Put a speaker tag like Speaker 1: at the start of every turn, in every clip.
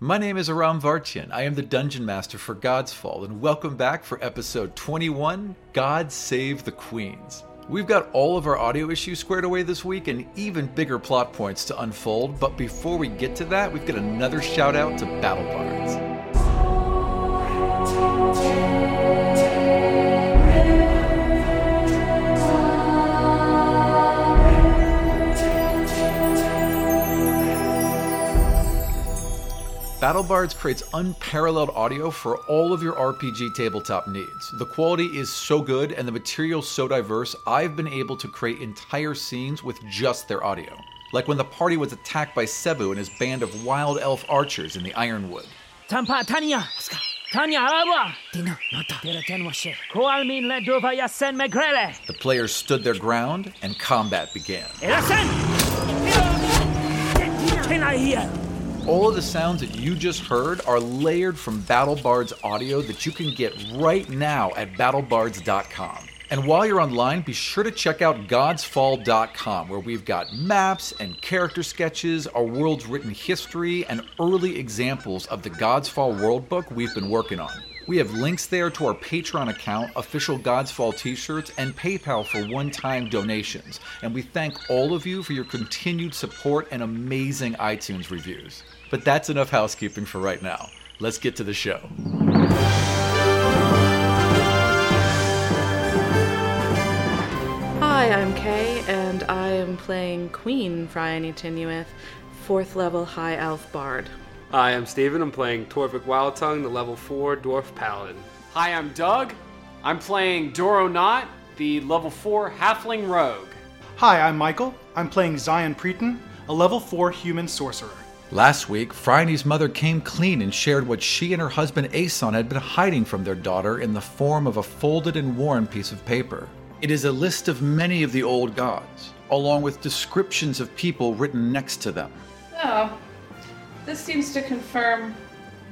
Speaker 1: My name is Aram Vartian. I am the Dungeon Master for God's Fall, and welcome back for episode 21 God Save the Queens. We've got all of our audio issues squared away this week and even bigger plot points to unfold, but before we get to that, we've got another shout out to Battle Bards. BattleBards creates unparalleled audio for all of your RPG tabletop needs. The quality is so good and the material so diverse, I've been able to create entire scenes with just their audio. Like when the party was attacked by Sebu and his band of wild elf archers in the Ironwood.
Speaker 2: Tampa Tania. Tania Arawa. Dina. Nota. Dera Tenwashe. Koalmin Ledova Yasen Megrele. E
Speaker 1: The players stood their ground and combat began.
Speaker 2: Erasen. Tenahia.
Speaker 1: All of the sounds that you just heard are layered from BattleBards audio that you can get right now at battlebards.com. And while you're online, be sure to check out godsfall.com where we've got maps and character sketches, our world's written history, and early examples of the Godsfall world book we've been working on. We have links there to our Patreon account, official Godsfall t shirts, and PayPal for one time donations. And we thank all of you for your continued support and amazing iTunes reviews. But that's enough housekeeping for right now. Let's get to the show.
Speaker 3: Hi, I'm Kay, and I am playing Queen Phryane Tinuith, fourth level high elf bard.
Speaker 4: Hi, I'm Steven. I'm playing Torvik Wildtongue, the level 4 Dwarf Paladin.
Speaker 5: Hi, I'm Doug. I'm playing Doro Knot, the level 4 Halfling Rogue.
Speaker 6: Hi, I'm Michael. I'm playing Zion Preeton, a level 4 human sorcerer.
Speaker 1: Last week, Phryne's mother came clean and shared what she and her husband Aeson had been hiding from their daughter in the form of a folded and worn piece of paper. It is a list of many of the old gods, along with descriptions of people written next to them.
Speaker 3: Oh, this seems to confirm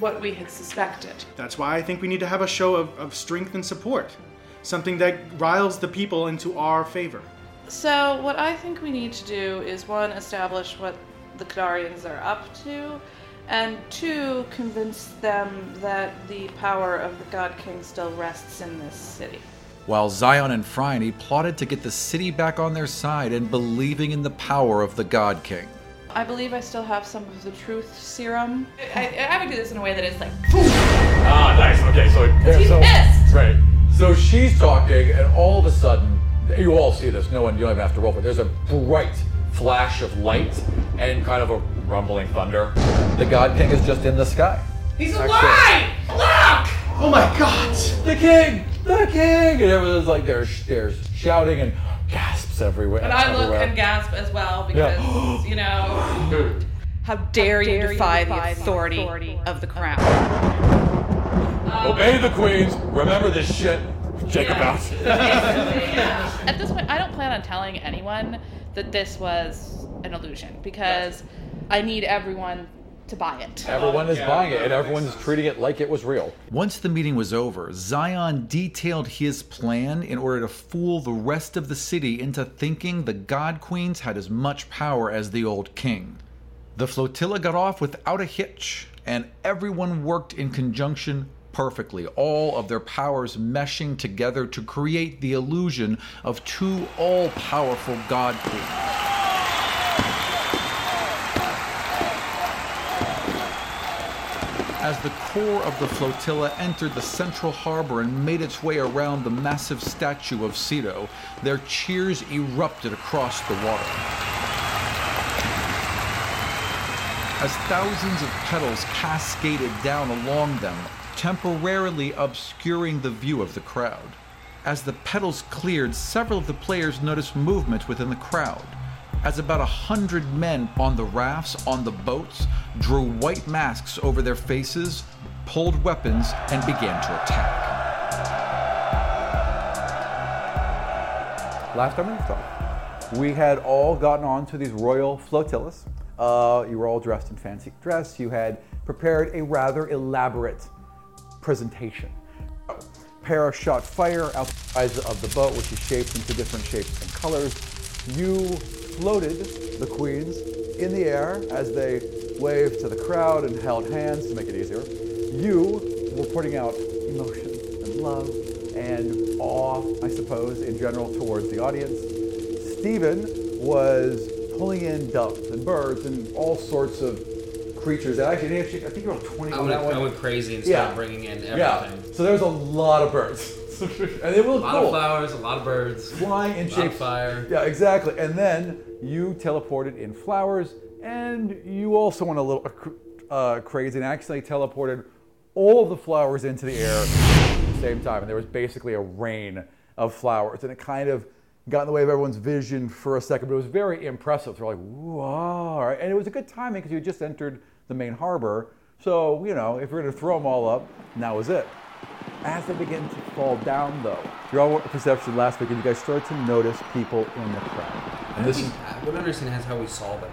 Speaker 3: what we had suspected.
Speaker 6: That's why I think we need to have a show of, of strength and support, something that riles the people into our favor.
Speaker 3: So, what I think we need to do is one, establish what the Kadarians are up to, and two, convince them that the power of the God King still rests in this city.
Speaker 1: While Zion and Phryne plotted to get the city back on their side and believing in the power of the God King.
Speaker 3: I believe I still have some of the truth serum. I, I would do this in a way that is like,
Speaker 7: Ah, nice. Okay, so
Speaker 3: he's
Speaker 7: so-
Speaker 3: pissed.
Speaker 7: Right.
Speaker 8: So she's talking, and all of a sudden, you all see this. No one, you don't even have to roll for it. There's a bright flash of light and kind of a rumbling thunder. The God King is just in the sky.
Speaker 5: He's alive! Look!
Speaker 6: Oh my god!
Speaker 8: The King, the King, and everyone's like there's there's shouting and gasps everywhere.
Speaker 3: And I look
Speaker 8: everywhere.
Speaker 3: and gasp as well because, you know, how dare, you, defy the authority, of the crown?
Speaker 8: Obey the queens. Remember this shit. Jacob out.
Speaker 3: At this point, I don't plan on telling anyone that this was an illusion because I need everyone to buy it.
Speaker 8: Everyone is buying it, and everyone's treating it like it was real.
Speaker 1: Once the meeting was over, Zion detailed his plan in order to fool the rest of the city into thinking the God Queens had as much power as the old king. The flotilla got off without a hitch, and everyone worked in conjunction perfectly, all of their powers meshing together to create the illusion of two all powerful God Queens. As the core of the flotilla entered the central harbor and made its way around the massive statue of Cedo, their cheers erupted across the water. As thousands of petals cascaded down along them, temporarily obscuring the view of the crowd. As the petals cleared, several of the players noticed movement within the crowd. As about a hundred men on the rafts, on the boats, drew white masks over their faces, pulled weapons, and began to attack.
Speaker 8: Last time we talked, we had all gotten on to these royal flotillas. Uh, you were all dressed in fancy dress. You had prepared a rather elaborate presentation. Para shot fire out the sides of the boat, which is shaped into different shapes and colors. You floated the queens
Speaker 1: in the air as they waved to the crowd and held hands to make it easier. You were putting out emotion and love and awe, I suppose, in general towards the audience. Stephen was pulling in doves and birds and all sorts of creatures. That actually, I think you were on 20
Speaker 5: I
Speaker 1: on
Speaker 5: went,
Speaker 1: that one.
Speaker 5: I went crazy and started
Speaker 1: Yeah.
Speaker 5: bringing in everything.
Speaker 1: yeah. So there's a lot of birds. and it
Speaker 5: A
Speaker 1: was
Speaker 5: lot
Speaker 1: cool.
Speaker 5: of flowers, a lot of birds.
Speaker 1: Flying in
Speaker 5: a lot of
Speaker 1: shapes.
Speaker 5: fire.
Speaker 1: Yeah, exactly. And then you teleported in flowers, and you also went a little uh, crazy and accidentally teleported all the flowers into the air at the same time. And there was basically a rain of flowers, and it kind of got in the way of everyone's vision for a second, but it was very impressive. They're like, whoa. And it was a good timing because you had just entered the main harbor. So, you know, if we're going to throw them all up, now is it. As they begin to fall down, though, your all perception last week, and you guys started to notice people in the crowd. And this is,
Speaker 5: What I understand is how we saw them.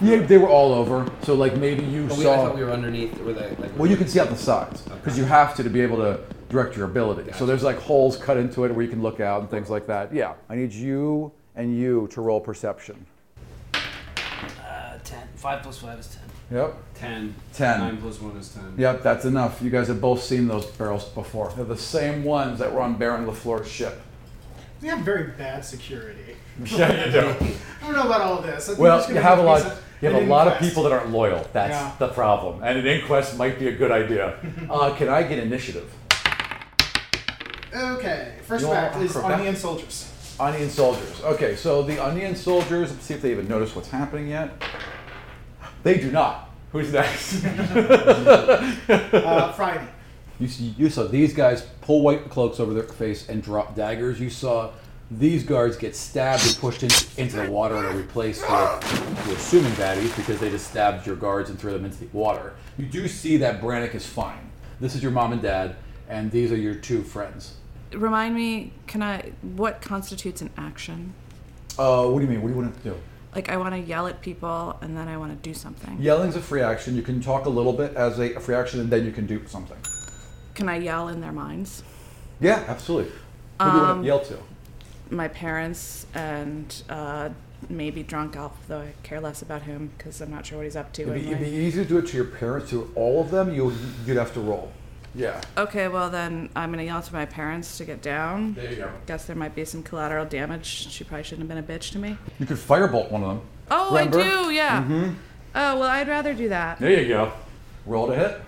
Speaker 1: yeah, they were all over. So like maybe you
Speaker 5: But we, I
Speaker 1: saw.
Speaker 5: thought we were underneath. Were they, like,
Speaker 1: well, you can see out the sides because you have to to be able to direct your ability. So there's like holes cut into it where you can look out and things like that. Yeah, I need you and you to roll perception.
Speaker 2: Uh, 10. 5 plus 5 is 10.
Speaker 1: Yep.
Speaker 9: 10.
Speaker 1: Ten.
Speaker 9: 9 plus 1 is 10.
Speaker 1: Yep, that's enough. You guys have both seen those barrels before. They're the same ones that were on Baron LaFleur's ship.
Speaker 10: We have very bad security. I don't know about all this. I think
Speaker 1: Well,
Speaker 10: there's
Speaker 1: you
Speaker 10: gonna
Speaker 1: have
Speaker 10: be
Speaker 1: a
Speaker 10: piece
Speaker 1: lot.
Speaker 10: of-
Speaker 1: You have a
Speaker 10: an
Speaker 1: lot of
Speaker 10: inquest.
Speaker 1: people that aren't loyal. That's
Speaker 10: Yeah.
Speaker 1: the problem. And an inquest might be a good idea. uh, can I get initiative?
Speaker 10: Okay, first
Speaker 1: You all
Speaker 10: fact is
Speaker 1: acrobat?
Speaker 10: onion soldiers.
Speaker 1: Onion soldiers. Okay, so the onion soldiers. Let's see if they even notice what's happening yet. They do not. Who's next?
Speaker 10: Uh, Friday.
Speaker 1: You, see, you saw these guys pull white cloaks over their face and drop daggers. You saw these guards get stabbed and pushed in, into the water and are replaced with, you're assuming baddies, because they just stabbed your guards and threw them into the water. You do see that Brannick is fine. This is your mom and dad, and these are your two friends.
Speaker 11: Remind me, can I? What constitutes an action?
Speaker 1: Uh, what do you mean? What do you want to do?
Speaker 11: Like, I want to yell at people and then I want to do something.
Speaker 1: Yelling's a free action. You can talk a little bit as a free action, and then you can do something.
Speaker 11: Can I yell in their minds?
Speaker 1: Yeah, absolutely. Who do you want to yell to?
Speaker 11: My parents and uh, maybe drunk Alf, though I care less about him because I'm not sure what he's up to.
Speaker 1: It'd be,
Speaker 11: and,
Speaker 1: it'd be
Speaker 11: like-
Speaker 1: easy to do it to your parents, to all of them. You, you'd have to roll. Yeah.
Speaker 11: Okay, well then I'm gonna yell to my parents to get down.
Speaker 1: There you go.
Speaker 11: Guess there might be some collateral damage. She probably shouldn't have been a bitch to me.
Speaker 1: You could firebolt one of them.
Speaker 11: Oh,
Speaker 1: Remember?
Speaker 11: I do, yeah. Oh well, I'd rather do that.
Speaker 1: There you go. Roll to hit.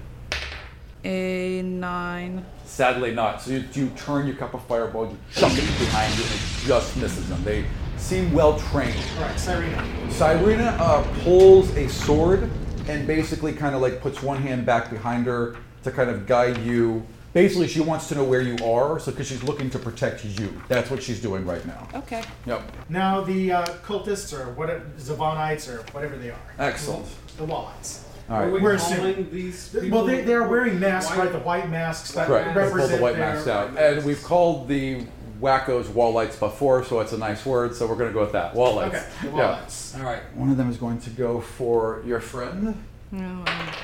Speaker 11: A nine.
Speaker 1: Sadly not. So you, you turn your cup of fireball, you chuck it behind you, and it just misses them. They seem well trained.
Speaker 10: Alright, Cyrena.
Speaker 1: Cyrena uh, pulls a sword and basically kind of like puts one hand back behind her to kind of guide you. Basically, she wants to know where you are, so because she's looking to protect you. That's what she's doing right now.
Speaker 11: Okay.
Speaker 1: Yep.
Speaker 10: Now the uh, cultists or what Zavonites or whatever they are.
Speaker 1: Excellent.
Speaker 10: The Wallites.
Speaker 1: Uh, All right.
Speaker 10: we We're assuming- calling
Speaker 9: these
Speaker 10: Well, they, they're wearing masks, right? The white masks that
Speaker 1: Correct. They pulled
Speaker 10: represent
Speaker 1: the white
Speaker 10: their-
Speaker 1: masks out, and we've called the wackos wallites before, so it's a nice word. So we're going to go with that. Wallites.
Speaker 10: Okay, the
Speaker 1: Yeah.
Speaker 10: Wallites.
Speaker 5: All right.
Speaker 1: One of them is going to go for your friend.
Speaker 11: Oh well.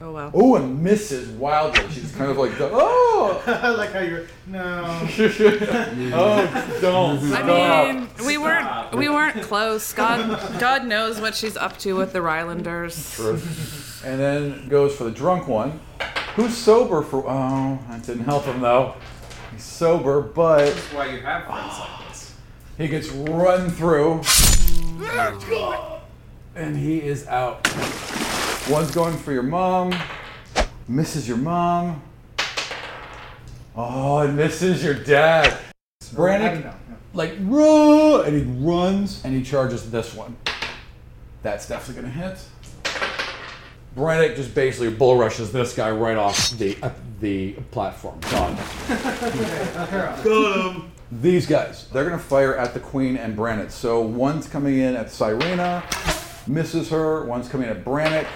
Speaker 11: Oh well.
Speaker 1: Oh, and Mrs. Wildly. She's kind of like, the, oh,
Speaker 10: I like how you're. No.
Speaker 1: oh, don't.
Speaker 11: I mean, we weren't we weren't close. God God knows what she's up to with the Rylanders.
Speaker 1: and then goes for the drunk one, who's sober for. Oh, that didn't help him though. He's sober, but
Speaker 5: That's why you have friends like this.
Speaker 1: he gets run through. And he is out. One's going for your mom, misses your mom. Oh, and misses your dad.
Speaker 10: I don't
Speaker 1: Brannick,
Speaker 10: know.
Speaker 1: like, run! And he runs and he charges this one. That's definitely gonna hit. Brannick just basically bull rushes this guy right off the uh, the platform. Gone. These guys, they're gonna fire at the queen and Brannick. So one's coming in at Cyrena, misses her. One's coming in at Brannick,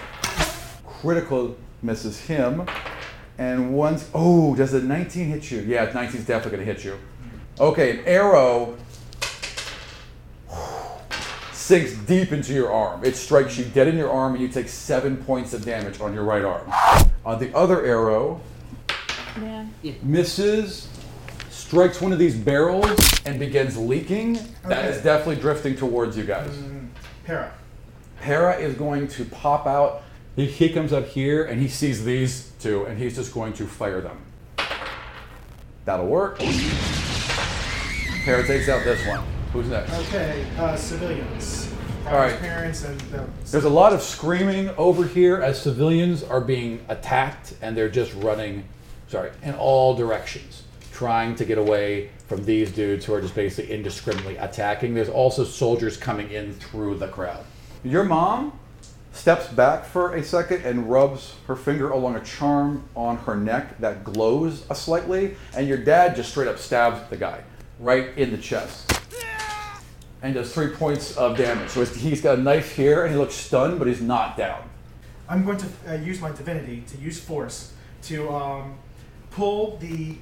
Speaker 1: critical misses him, and one's oh, does a 19 hit you? Yeah, 19's definitely gonna hit you. Okay, an arrow sinks deep into your arm. It strikes you dead in your arm, and you take seven points of damage on your right arm. On the other arrow, misses, strikes one of these barrels, and begins leaking. That
Speaker 10: Okay.
Speaker 1: is definitely drifting towards you guys.
Speaker 10: Para.
Speaker 1: Para is going to pop out. He, he comes up here and he sees these two, and he's just going to fire them. That'll work. Para takes out this one. Who's next?
Speaker 10: Okay, uh, civilians.
Speaker 1: All right.
Speaker 10: Parents and them.
Speaker 1: There's a lot of screaming over here as civilians are being attacked and they're just running, sorry, in all directions, trying to get away from these dudes who are just basically indiscriminately attacking. There's also soldiers coming in through the crowd. Your mom steps back for a second and rubs her finger along a charm on her neck that glows a slightly, and your dad just straight up stabs the guy right in the chest and does three points of damage. So it's- he's got a knife here, and he looks stunned, but he's not down.
Speaker 10: I'm going to uh, use my divinity to use force to um, pull the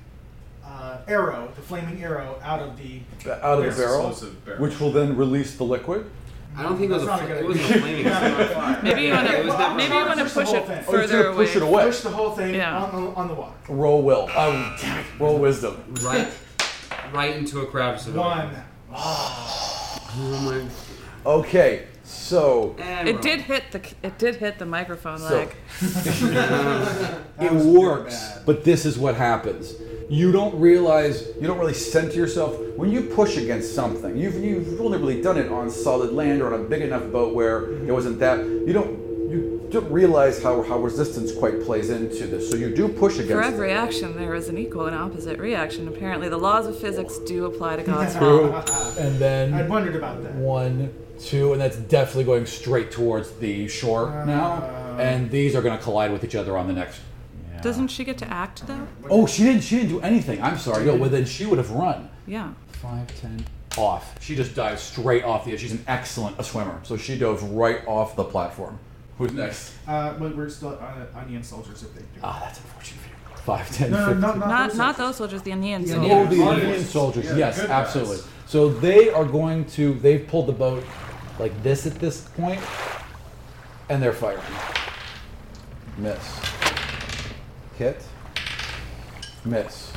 Speaker 10: uh, arrow, the flaming arrow, out of the.
Speaker 1: Out of the
Speaker 10: Yes,
Speaker 1: barrel,
Speaker 5: explosive barrel.
Speaker 1: which will then release the liquid.
Speaker 5: I don't think it was a,
Speaker 10: That's
Speaker 5: fl-
Speaker 10: not a good
Speaker 5: it wasn't a
Speaker 10: idea.
Speaker 5: flaming. it was a fire.
Speaker 11: Maybe you want
Speaker 5: Yeah, it was
Speaker 11: to
Speaker 5: not-
Speaker 11: maybe you want to
Speaker 10: Push the
Speaker 11: push
Speaker 10: whole
Speaker 11: it
Speaker 10: thing. Oh,
Speaker 1: Oh, he's
Speaker 11: further
Speaker 1: gonna
Speaker 11: away.
Speaker 1: push it away.
Speaker 10: Push the whole thing
Speaker 11: Yeah.
Speaker 10: on, on, on the wall.
Speaker 1: Roll will. Um, damn it. roll wisdom.
Speaker 5: Right, right into a crowd of civilians.
Speaker 10: One.
Speaker 5: Oh
Speaker 1: Okay, so
Speaker 5: my- and
Speaker 11: It
Speaker 5: we're
Speaker 11: did hit the it did hit the microphone
Speaker 1: So-
Speaker 11: leg.
Speaker 1: it works, but this is what happens. You don't realize, you don't really center yourself. When you push against something, you've, you've only really done it on solid land or on a big enough boat where it wasn't that. You don't you don't realize how, how resistance quite plays into this. So you do push against
Speaker 11: For
Speaker 1: it.
Speaker 11: every action, there is an equal and opposite reaction. Apparently, the laws of physics do apply to God's
Speaker 1: Two,
Speaker 11: law.
Speaker 1: and then
Speaker 10: I wondered about that.
Speaker 1: one, two, and that's definitely going straight towards the shore now. And these are going to collide with each other on the next.
Speaker 11: Doesn't she get to act though?
Speaker 1: Oh, she didn't. She didn't do anything. I'm sorry. Yo, well then she would have run.
Speaker 11: Yeah.
Speaker 1: Five, ten. Off. She just dives straight off the. She's an excellent swimmer, so she dove right off the platform. Who's next?
Speaker 10: Uh, but we're still on onion soldiers if they do.
Speaker 1: Ah, that's unfortunate for you. Five, ten,
Speaker 10: no, no,
Speaker 1: fifteen.
Speaker 10: not, not,
Speaker 11: Not
Speaker 10: those
Speaker 11: not
Speaker 10: soldiers.
Speaker 11: those soldiers. The Indian
Speaker 1: Oh,
Speaker 11: soldiers.
Speaker 1: the Indian soldiers. yes, absolutely. So they are going to. They've pulled the boat like this at this point, and they're firing. Miss. Hit. Miss.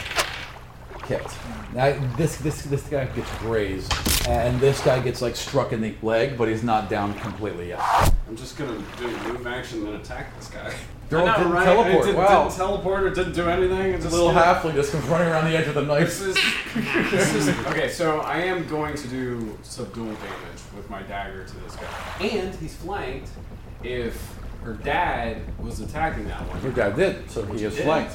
Speaker 1: Hit. Now, this this this guy gets grazed, and this guy gets like struck in the leg, but he's not down completely yet.
Speaker 9: I'm just gonna do move action and attack this guy.
Speaker 1: Daryl
Speaker 9: I know,
Speaker 1: didn't
Speaker 9: right?
Speaker 1: teleport.
Speaker 9: It didn't,
Speaker 1: Wow.
Speaker 9: didn't teleport or didn't do anything. It's just
Speaker 1: Little
Speaker 9: you know,
Speaker 1: halfling just comes running around the edge of the knife.
Speaker 9: This is, this is okay. So I am going to do subdual damage with my dagger to this guy, and he's flanked. If her dad was attacking that one,
Speaker 1: Your guy did, so he is
Speaker 9: did.
Speaker 1: flanked.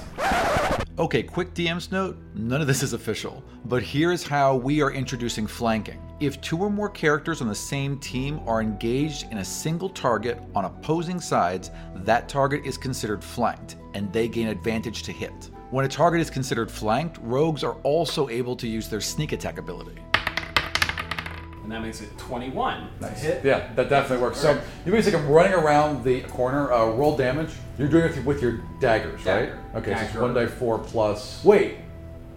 Speaker 12: Okay, quick DM's note none of this is official, but here is how we are introducing flanking. If two or more characters on the same team are engaged in a single target on opposing sides, that target is considered flanked, and they gain advantage to hit. When a target is considered flanked, rogues are also able to use their sneak attack ability.
Speaker 9: and that makes it 21.
Speaker 1: Nice. Yeah, that definitely works. So you basically come running around the corner, uh, roll damage. You're doing it with your daggers,
Speaker 9: Dagger.
Speaker 1: right? Okay, so it's
Speaker 9: Dagger.
Speaker 1: one die four plus. Wait,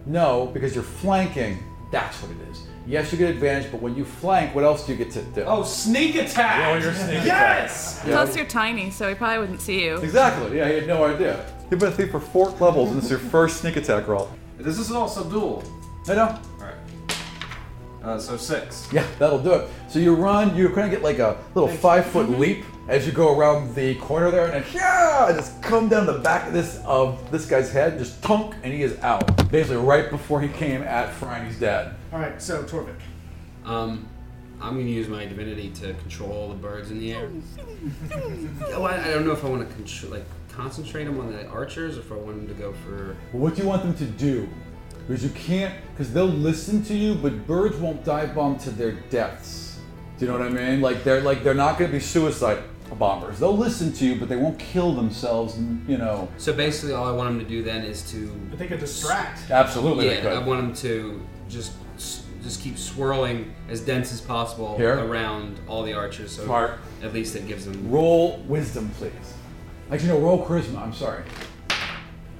Speaker 1: no, because you're flanking. That's what it is. Yes, you get advantage, but when you flank, what else do you get to do?
Speaker 9: Oh, sneak attack!
Speaker 1: Roll your sneak
Speaker 9: yes!
Speaker 1: Yeah.
Speaker 11: Plus, you're tiny, so he probably wouldn't see you.
Speaker 1: Exactly. Yeah, he had no idea. You've been a thief for four levels, and it's your first sneak attack roll.
Speaker 9: This is all subdual.
Speaker 1: I know.
Speaker 9: All right. Uh, so six.
Speaker 1: Yeah, that'll do it. So you run, you're gonna get like a little five foot leap as you go around the corner there, and then, yeah, and just come down the back of this of this guy's head, just tunk, and he is out. Basically, right before he came at Franny's dad.
Speaker 10: All right, so Torvik.
Speaker 5: Um, I'm gonna use my divinity to control the birds in the air. oh, I, I don't know if I want to contr- like concentrate them on the archers, or if I want them to go for.
Speaker 1: What do you want them to do? Because you can't, because they'll listen to you, but birds won't dive bomb to their deaths. Do you know what I mean? Like they're like they're not gonna be suicide bombers. They'll listen to you, but they won't kill themselves. and, You know.
Speaker 5: So basically, all I want them to do then is to.
Speaker 10: But they could distract.
Speaker 1: Absolutely, they
Speaker 5: Yeah,
Speaker 1: could.
Speaker 5: I want them to just s- just keep swirling as dense as possible
Speaker 1: Here.
Speaker 5: around all the archers. So
Speaker 1: Smart.
Speaker 5: At least it gives them
Speaker 1: Roll wisdom, please. Actually, no, roll charisma. I'm sorry.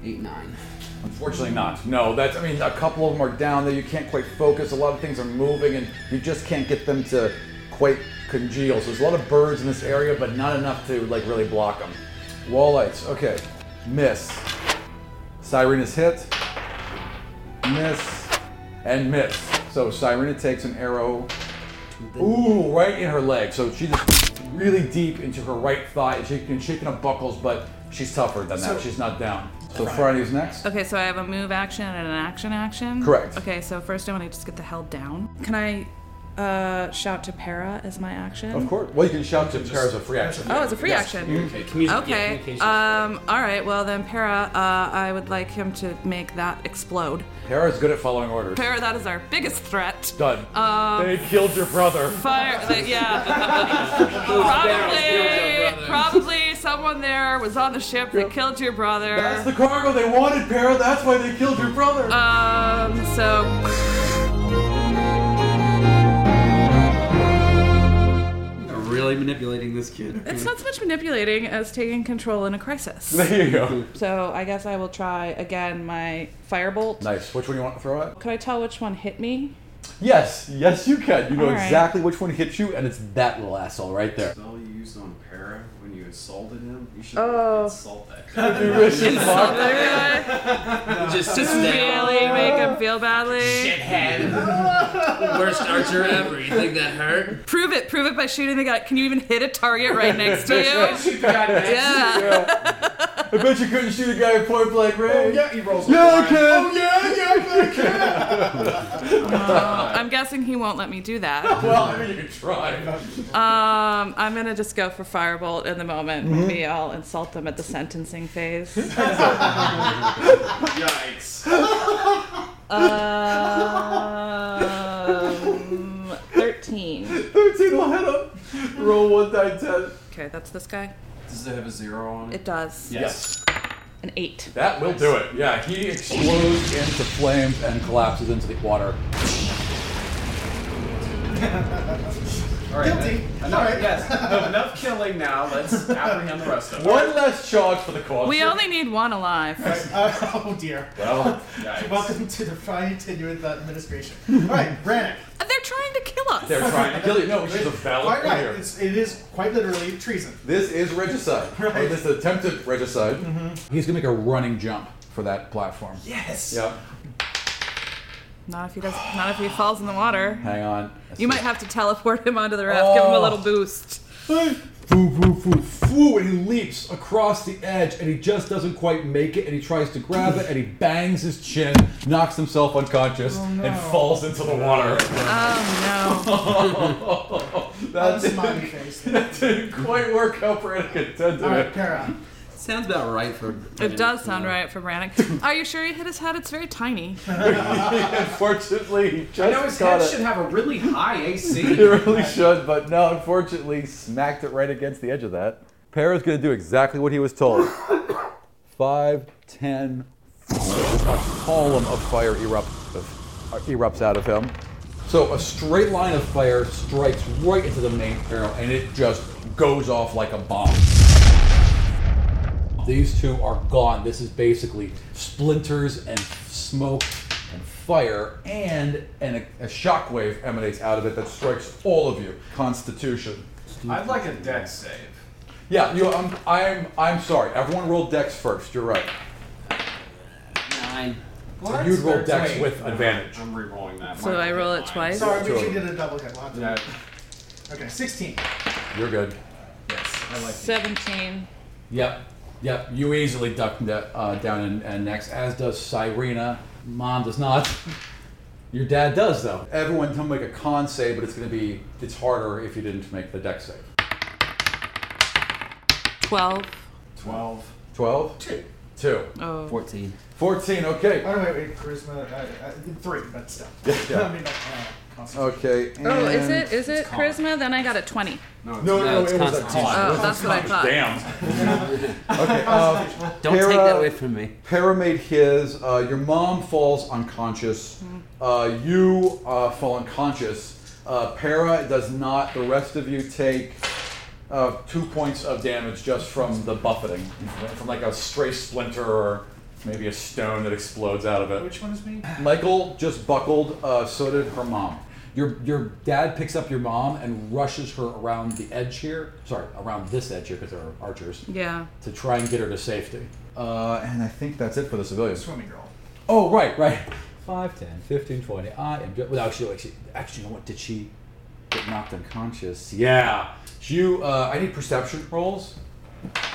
Speaker 5: eight nine.
Speaker 1: Unfortunately, not. No, that's. I mean, a couple of them are down there. You can't quite focus. A lot of things are moving, and you just can't get them to quite congeal. So there's a lot of birds in this area, but not enough to like really block them. Wall lights. Okay, miss. Siren is hit. Miss and miss. So Sirena takes an arrow. Ooh, right in her leg. So she just really deep into her right thigh. and She can shaking up buckles, but she's tougher than that. She's not down. So Friday's next.
Speaker 11: Okay, so I have a move action and an action action.
Speaker 1: Correct.
Speaker 11: Okay, so first I want to just get the hell down. Can I uh, shout to Para as my action?
Speaker 1: Of course. Well, you can shout to Tara as a free action.
Speaker 11: Oh, it's a free action.
Speaker 5: Okay, communication.
Speaker 11: Okay. Um. All right. Well, then Para, uh, I would like him to make that explode.
Speaker 1: Tara's good at following orders.
Speaker 11: Para, that is our biggest threat.
Speaker 1: Done. they killed your brother.
Speaker 11: Fire. Like, yeah. probably. Probably someone there was on the ship that killed your brother.
Speaker 1: That's the cargo they wanted, Para. That's why they killed your brother.
Speaker 11: Um, so
Speaker 5: They're really manipulating this kid.
Speaker 11: it's not so much manipulating as taking control in a crisis.
Speaker 1: there you go.
Speaker 11: so I guess I will try again my firebolt.
Speaker 1: Nice. Which one you want to throw at?
Speaker 11: Could I tell which one hit me?
Speaker 1: Yes, yes, you can. You know
Speaker 11: All right.
Speaker 1: exactly which one hits you, and it's that little asshole right there.
Speaker 9: spell you used on Para when you insulted him. You should
Speaker 11: Oh.
Speaker 9: insult that. guy.
Speaker 1: You wish you blocked it.
Speaker 5: Just
Speaker 11: Just really make him feel badly.
Speaker 5: shithead. Worst archer ever. You think that hurt?
Speaker 11: Prove it. Prove it by shooting the guy. Can you even hit a target right next to you? yeah.
Speaker 1: Yeah. I bet you couldn't shoot a guy at point blank range.
Speaker 9: Oh, Yeah, he rolls.
Speaker 1: Yeah, I
Speaker 9: a
Speaker 1: can.
Speaker 9: Oh yeah, yeah, I can.
Speaker 11: I'm guessing he won't let me do that.
Speaker 1: Well, I mean, you could try.
Speaker 11: Um, I'm gonna just go for firebolt in the moment. Maybe I'll insult them at the sentencing phase.
Speaker 9: Yikes.
Speaker 11: Um, 13.
Speaker 1: 13 will hit him. Roll one die 10.
Speaker 11: Okay, that's this guy.
Speaker 9: Does it have a zero on
Speaker 11: It does.
Speaker 9: Yes.
Speaker 11: An 8.
Speaker 1: That will do it. Yeah, he explodes into flames and collapses into the water.
Speaker 9: All right.
Speaker 10: Guilty.
Speaker 9: then. Enough, Yes. Enough killing now. Let's apprehend the rest of it.
Speaker 1: One less charge for the cause.
Speaker 11: We only need one alive.
Speaker 10: Uh, oh dear.
Speaker 1: Well,
Speaker 9: Yikes.
Speaker 10: Welcome to the Fine Tenured Administration. All right, Brannick.
Speaker 11: They're trying to kill us.
Speaker 1: they're trying to kill you. No, she's a valid
Speaker 10: Quite right.
Speaker 1: leader.
Speaker 10: It's, it is quite literally treason.
Speaker 1: This is regicide. Or this is attempted regicide. He's gonna make a running jump for that platform.
Speaker 10: Yes.
Speaker 1: Yep.
Speaker 11: Not if he does. Not if he falls in the water.
Speaker 1: Hang on.
Speaker 11: You might have to teleport him onto the raft. Give him a little boost.
Speaker 1: Foo, foo, foo, foo, and he leaps across the edge, and he just doesn't quite make it. And he tries to grab it, and he bangs his chin, knocks himself unconscious, and falls into the water.
Speaker 11: Oh no.
Speaker 1: That
Speaker 10: Smiley
Speaker 1: didn't,
Speaker 10: face.
Speaker 1: that didn't quite work out for Anakin, did
Speaker 10: All right,
Speaker 1: it?
Speaker 10: Para.
Speaker 5: Sounds about right for.
Speaker 11: It does sound right for Brannick. Are you sure he hit his head? It's very tiny.
Speaker 1: Unfortunately, he just
Speaker 9: I know his
Speaker 1: got
Speaker 9: head
Speaker 1: it.
Speaker 9: should have a really high
Speaker 1: He
Speaker 9: AC.
Speaker 1: really should, but no, unfortunately, smacked it right against the edge of that. Para's gonna do exactly what he was told. Five, ten, a column of fire erupt, of, uh, erupts out of him. So a straight line of fire strikes right into the main arrow, and it just goes off like a bomb. These two are gone. This is basically splinters and smoke and fire, and, and a, a shockwave emanates out of it that strikes all of you. Constitution.
Speaker 9: I'd like a dex save.
Speaker 1: Yeah, you. I'm. I'm. I'm sorry. Everyone rolled dex first. You're right.
Speaker 5: Nine.
Speaker 9: What?
Speaker 1: you'd roll
Speaker 9: There's-
Speaker 1: dex
Speaker 9: wait,
Speaker 1: with
Speaker 9: no,
Speaker 1: advantage.
Speaker 9: I'm re-rolling that.
Speaker 11: So
Speaker 9: Might
Speaker 11: I
Speaker 9: be
Speaker 11: roll it
Speaker 9: fine.
Speaker 11: twice?
Speaker 10: Sorry,
Speaker 1: Two
Speaker 10: we
Speaker 1: of
Speaker 10: should
Speaker 1: them.
Speaker 10: get a double hit. We'll have to-
Speaker 9: Yeah.
Speaker 10: Okay, 16.
Speaker 1: You're good.
Speaker 9: Yes. I like.
Speaker 11: 17.
Speaker 1: Yep. Yep. You easily duck the- uh, down and, and next, as does Cyrena. Mom does not. Your dad does though. Everyone can make a con save, but it's going to be it's harder if you didn't make the dex save.
Speaker 11: 12.
Speaker 9: Twelve.
Speaker 1: Twelve. Two. Two.
Speaker 11: Oh.
Speaker 5: Fourteen.
Speaker 1: Fourteen. Okay.
Speaker 10: Oh, wait, wait, charisma. Uh, uh, three, but still.
Speaker 1: yeah.
Speaker 10: I mean, uh, constitution.
Speaker 1: Okay.
Speaker 11: Oh, is it is it charisma? Then I got a twenty.
Speaker 1: No, no,
Speaker 5: No,
Speaker 1: no,
Speaker 5: it's
Speaker 1: it was a
Speaker 5: constitution.
Speaker 1: con.
Speaker 11: Oh, that's what I thought.
Speaker 1: Okay. Um,
Speaker 5: Don't
Speaker 1: Here,
Speaker 5: take that
Speaker 1: uh,
Speaker 5: away from me.
Speaker 1: Para made his. Uh, your mom falls unconscious. Uh, you uh, fall unconscious. Uh, Para does not. The rest of you take uh, two points of damage just from the buffeting, from like a stray splinter or maybe a stone that explodes out of it.
Speaker 9: Which one is me?
Speaker 1: Michael just buckled. Uh, so did her mom. Your your dad picks up your mom and rushes her around the edge here. Sorry, around this edge here because there are archers
Speaker 11: Yeah.
Speaker 1: to try and get her to safety. Uh, and I think that's it for the civilians.
Speaker 10: Swimming girl.
Speaker 1: Oh, right, right. 5, 10, 15, 20. I am just. Well, actually, actually, actually, you know what? Did she. Get knocked unconscious. Yeah. You. Uh, I need perception rolls.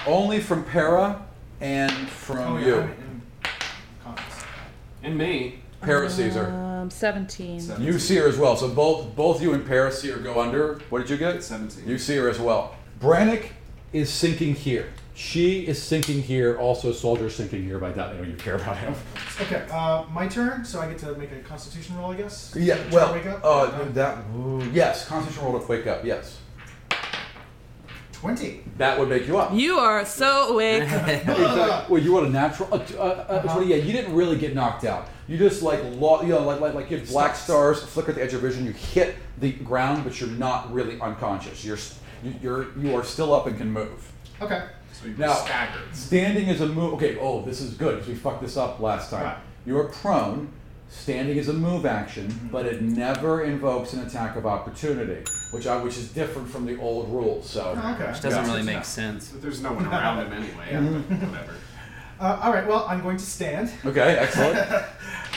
Speaker 1: Only from Para and from
Speaker 10: Oh, yeah,
Speaker 1: you.
Speaker 10: I'm in comments.
Speaker 9: And me.
Speaker 1: Para Caesar.
Speaker 11: Um, 17.
Speaker 10: Uh,
Speaker 1: You see her as well. So both both you and Paris see her go under. What did you get?
Speaker 9: 17.
Speaker 1: You see her as well. Brannick is sinking here. She is sinking here. Also, Soldier is sinking here by that. They don't even care about him.
Speaker 10: Okay, uh, my turn, so I get to make a constitution roll, I guess.
Speaker 1: Yeah.
Speaker 10: Try to
Speaker 1: Well,
Speaker 10: wake up?
Speaker 1: uh, that. ooh, yes. Constitution roll to wake up. Yes.
Speaker 10: 20.
Speaker 1: That would make you up.
Speaker 13: You are so awake.
Speaker 1: Exactly. Well, you want a natural. Uh, uh, uh,
Speaker 10: Uh-huh.
Speaker 1: so Yeah, you didn't really get knocked out. You just like lo- you know, like like like you have black stars flicker at the edge of your vision. You hit the ground, but you're not really unconscious. You're s- you- you're you are still up and can move.
Speaker 10: Okay.
Speaker 9: So you
Speaker 1: Now-
Speaker 9: staggered.
Speaker 1: Standing is a move. Okay. Oh, this is good because we fucked this up last time.
Speaker 10: Right.
Speaker 1: You are prone. Standing is a move action, but it never invokes an attack of opportunity, which I, which is different from the old rules. So.
Speaker 10: Oh,
Speaker 6: Uh-huh.
Speaker 10: okay.
Speaker 5: Which doesn't
Speaker 1: Yeah.
Speaker 5: really make sense.
Speaker 9: But there's no one around him anyway. but whatever.
Speaker 10: Uh, all right, well, I'm going to stand.
Speaker 1: Okay. Excellent.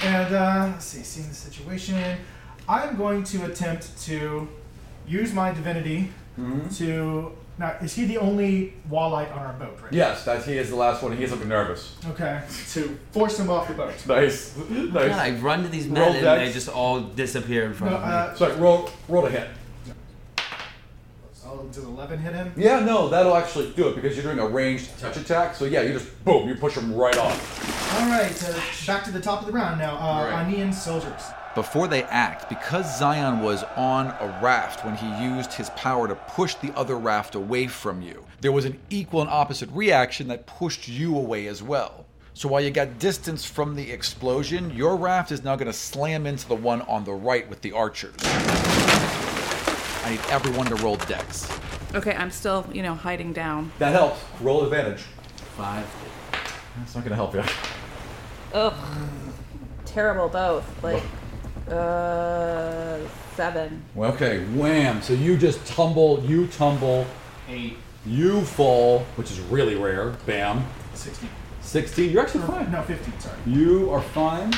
Speaker 10: And uh, let's see, seeing the situation, I'm going to attempt to use my divinity
Speaker 1: Mm-hmm.
Speaker 10: to. Now, is he the only walleye on our boat, right?
Speaker 1: yes, that's he is the last one. He is looking nervous.
Speaker 10: Okay, to force him off the boat.
Speaker 1: Nice. Nice.
Speaker 5: God, I run to these men
Speaker 1: Roll
Speaker 5: and
Speaker 1: dex.
Speaker 5: they just all disappear in
Speaker 10: No,
Speaker 5: front of me.
Speaker 10: uh,
Speaker 1: So roll roll to hit.
Speaker 10: oh, does 11 hit him?
Speaker 1: Yeah, no, that'll actually do it because you're doing a ranged touch attack. So yeah, you just boom, you push them right off.
Speaker 10: All right, uh, back to the top of the round now. Uh,
Speaker 1: Right.
Speaker 10: Onion soldiers.
Speaker 12: Before they act, because Zion was on a raft when he used his power to push the other raft away from you, there was an equal and opposite reaction that pushed you away as well. So while you got distance from the explosion, your raft is now going to slam into the one on the right with the archers. I need everyone to roll decks.
Speaker 11: Okay, I'm still, you know, hiding down.
Speaker 1: That helps. Roll advantage.
Speaker 5: Five.
Speaker 1: That's not gonna help you.
Speaker 13: Ugh. Terrible both. Like, uh, seven.
Speaker 1: Well, okay, wham. So you just tumble, you tumble,
Speaker 10: Eight.
Speaker 1: you fall, which is really rare. Bam.
Speaker 10: 16.
Speaker 1: 16. You're actually fine.
Speaker 10: No, 15, sorry.
Speaker 1: You are fine.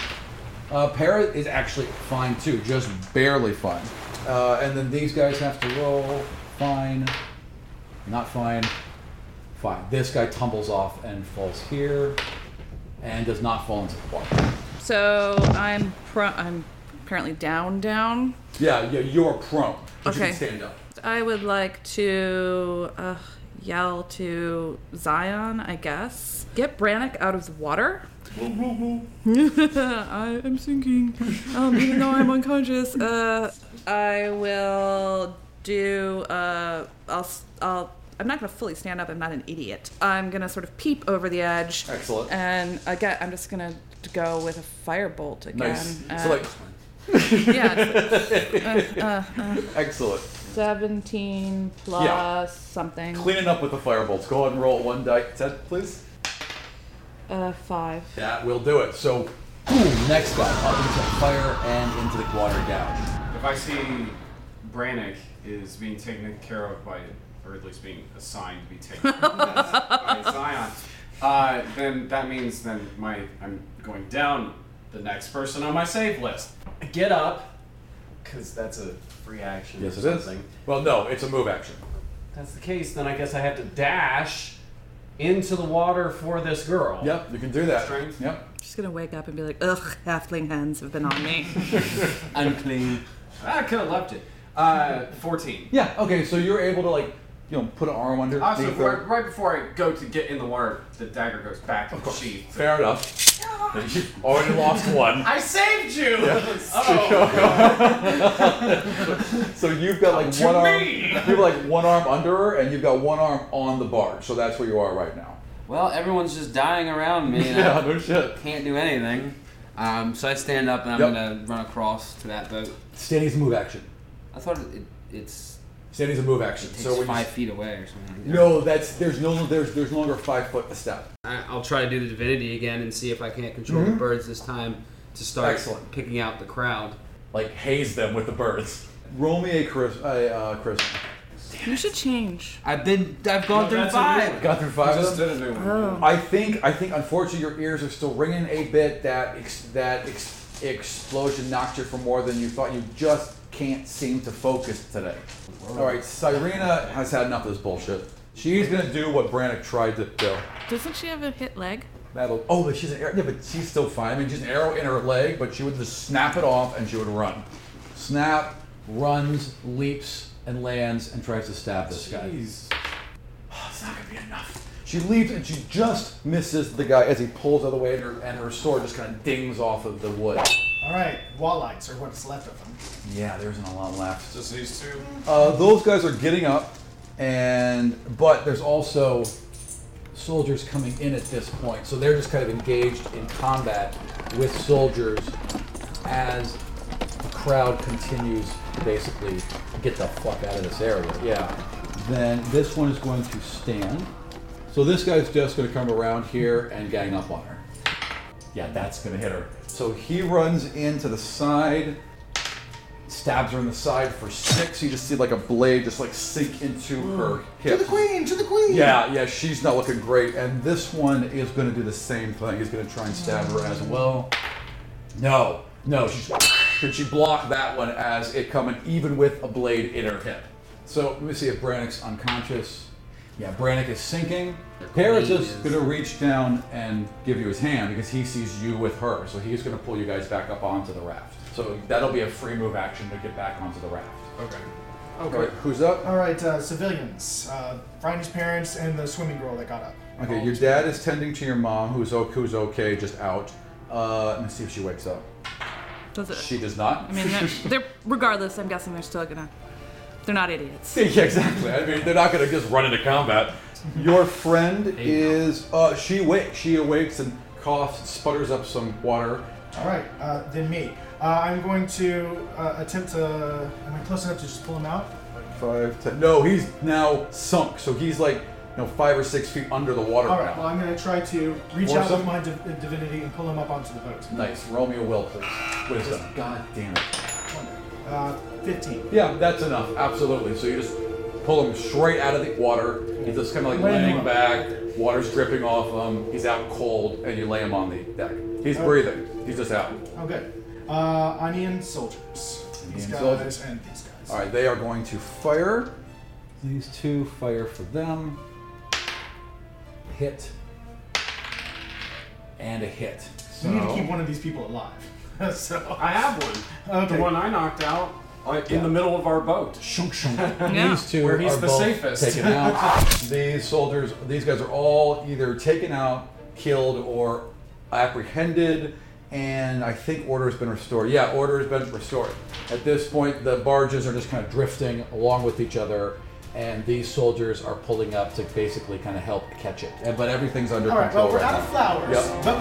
Speaker 1: Uh, Para is actually fine too, just barely fine. Uh, and then these guys have to roll fine, not fine, fine. This guy tumbles off and falls here, and does not fall into the water.
Speaker 11: So I'm pro- I'm apparently down, down.
Speaker 1: Yeah, yeah, you're prone, but you
Speaker 11: Okay.
Speaker 1: can stand up.
Speaker 11: I would like to uh, yell to Zion, I guess. Get Brannick out of the water. I am sinking, um, even though I'm unconscious. Uh, I will do. Uh, I'll. s- I'll. I'm not gonna fully stand up. I'm not an idiot. I'm gonna sort of peep over the edge.
Speaker 1: Excellent.
Speaker 11: And again, I'm just gonna go with a firebolt again.
Speaker 1: Nice.
Speaker 11: Uh,
Speaker 1: so like,
Speaker 11: yeah, it's
Speaker 1: excellent.
Speaker 11: 17 plus
Speaker 1: Yeah.
Speaker 11: something.
Speaker 1: Cleaning up with the firebolts. Go ahead and roll one die, Ted, please.
Speaker 11: Uh, five.
Speaker 1: That will do it. So, boom, next guy up into the fire and into the water gouge.
Speaker 9: If I see Brannick is being taken care of by, or at least being assigned to be taken care of by Zion, uh, then that means then my I'm going down the next person on my save list. Get up, because that's a free action.
Speaker 1: Yes, it
Speaker 9: or
Speaker 1: is.
Speaker 9: something.
Speaker 1: Well, no, it's a move action.
Speaker 9: If that's the case, then I guess I have to dash into the water for this girl.
Speaker 1: Yep, you can do that.
Speaker 9: Strength?
Speaker 1: Yep.
Speaker 11: She's gonna wake up and be like, ugh, halfling hands have been on me.
Speaker 5: Unclean.
Speaker 9: Ah, I could have left it. Uh, Fourteen.
Speaker 1: Yeah. Okay, so you're able to like, you know, put an arm under.
Speaker 9: Also,
Speaker 1: the third-
Speaker 9: right, right before I go to get in the water, the dagger goes back in the sheath.
Speaker 1: Fair enough. you already lost one.
Speaker 9: I saved you! Oh.
Speaker 1: So you've got like
Speaker 9: To
Speaker 1: one arm.
Speaker 9: me!
Speaker 1: You have like one arm under her, and you've got one arm on the barge. So that's where you are right now.
Speaker 5: Well, everyone's just dying around me. and I
Speaker 1: no shit.
Speaker 5: Can't do anything. Um, so I stand up and I'm
Speaker 1: Yep.
Speaker 5: gonna run across to that boat.
Speaker 1: Standing's a move action.
Speaker 5: I thought it, it, it's
Speaker 1: Standing's a move action.
Speaker 5: it takes
Speaker 1: so when
Speaker 5: five
Speaker 1: you,
Speaker 5: feet away or something.
Speaker 1: no, that's there's no there's there's no longer five foot a step.
Speaker 5: I- I'll try to do the divinity again and see if I can't control the birds this time to start
Speaker 1: Excellent.
Speaker 5: picking out the crowd.
Speaker 1: Like haze them with the birds. Roll me a chris. A, uh, chris.
Speaker 11: you should change.
Speaker 5: I've been, I've gone through five.
Speaker 1: Got through five. of
Speaker 9: just
Speaker 1: them?
Speaker 9: did a new one.
Speaker 1: I think I think unfortunately your ears are still ringing a bit. That ex- that ex- explosion knocked you for more than you thought. You just can't seem to focus today. All right, Cyrena has had enough of this bullshit. She's gonna do what Brannick tried to do.
Speaker 11: Doesn't she have a hit leg?
Speaker 1: That'll. Oh, but she's an arrow. Yeah, but she's still fine. I mean, she's an arrow in her leg, but she would just snap it off and she would run. Snap, runs, leaps, and lands and tries to stab this guy. it's not gonna be enough. She leaps and she just misses the guy as he pulls out of the way, and her, and her sword just kind of dings off of the wood.
Speaker 10: All right, walleyes or what's left of them.
Speaker 1: Yeah, there isn't a lot left.
Speaker 9: Just these two.
Speaker 1: Uh, those guys are getting up, and but there's also soldiers coming in at this point, so they're just kind of engaged in combat with soldiers as the crowd continues to basically get the fuck out of this area. Yeah. Then this one is going to stand. So this guy's just going to come around here and gang up on her. Yeah, that's going to hit her. So he runs into the side stabs her in the side for six. You just see like a blade just like sink into her hip.
Speaker 10: To the queen, to the queen.
Speaker 1: Yeah, yeah, she's not looking great. And this one is going to do the same thing. He's going to try and stab her as well. No, no, she's. Could she block that one as it coming even with a blade in her hip? So let me see if Brannick's unconscious. Yeah, Brannick is sinking. Paris is going to reach down and give you his hand because he sees you with her. So he's going to pull you guys back up onto the raft. So that'll be a free move action to get back onto the raft.
Speaker 9: Okay.
Speaker 1: Okay. who's up?
Speaker 10: All right, uh, civilians. Uh, Brian's parents and the swimming girl that got up.
Speaker 1: Okay, your dad is tending to your mom, who's okay, who's okay just out. Uh, let me see if she wakes up.
Speaker 13: Does it?
Speaker 1: She does not.
Speaker 13: I mean, they're, they're regardless. I'm guessing they're still gonna. They're not idiots.
Speaker 1: yeah, exactly. I mean, they're not gonna just run into combat. Your friend is uh, she wakes. She awakes and coughs, sputters up some water.
Speaker 10: All right, uh, then me. Uh, I'm going to uh, attempt to. Am I close enough to just pull him out?
Speaker 1: Five, ten. No, he's now sunk. So he's like, you know, five or six feet under the water
Speaker 10: All
Speaker 1: now.
Speaker 10: right. Well, I'm going to try to reach
Speaker 1: Or
Speaker 10: out
Speaker 1: some-
Speaker 10: with my div- uh, divinity and pull him up onto the boat.
Speaker 1: Nice. Roll me a will, please. Wisdom. God damn Ah, it.
Speaker 10: Uh, 15.
Speaker 1: Yeah, that's enough. Absolutely. So you just pull him straight out of the water. He's just kind of like
Speaker 10: Lay him
Speaker 1: laying
Speaker 10: up.
Speaker 1: back. Water's dripping off him. He's out cold, and you lay him on the deck. He's breathing. He's just out.
Speaker 10: Oh, good. Uh, onion soldiers. These
Speaker 1: Onion
Speaker 10: guys
Speaker 1: soldiers.
Speaker 10: and these guys.
Speaker 1: All right, they are going to fire. These two fire for them. Hit. And a hit. So
Speaker 10: We need to keep one of these people alive. so
Speaker 9: I have one.
Speaker 10: Okay.
Speaker 9: The one I knocked out uh, in the middle of our boat.
Speaker 1: Shunk shunk.
Speaker 13: Yeah.
Speaker 1: These two
Speaker 9: Where he's
Speaker 1: are
Speaker 9: the
Speaker 1: both
Speaker 9: safest.
Speaker 1: taken out. these soldiers, these guys are all either taken out, killed, or apprehended. And I think order has been restored. Yeah, order has been restored. At this point, the barges are just kind of drifting along with each other, and these soldiers are pulling up to basically kind of help catch it. And- But everything's under
Speaker 10: All right.
Speaker 1: control
Speaker 10: Well, we're
Speaker 1: right
Speaker 10: out of
Speaker 1: now. Yep.
Speaker 10: flowers, but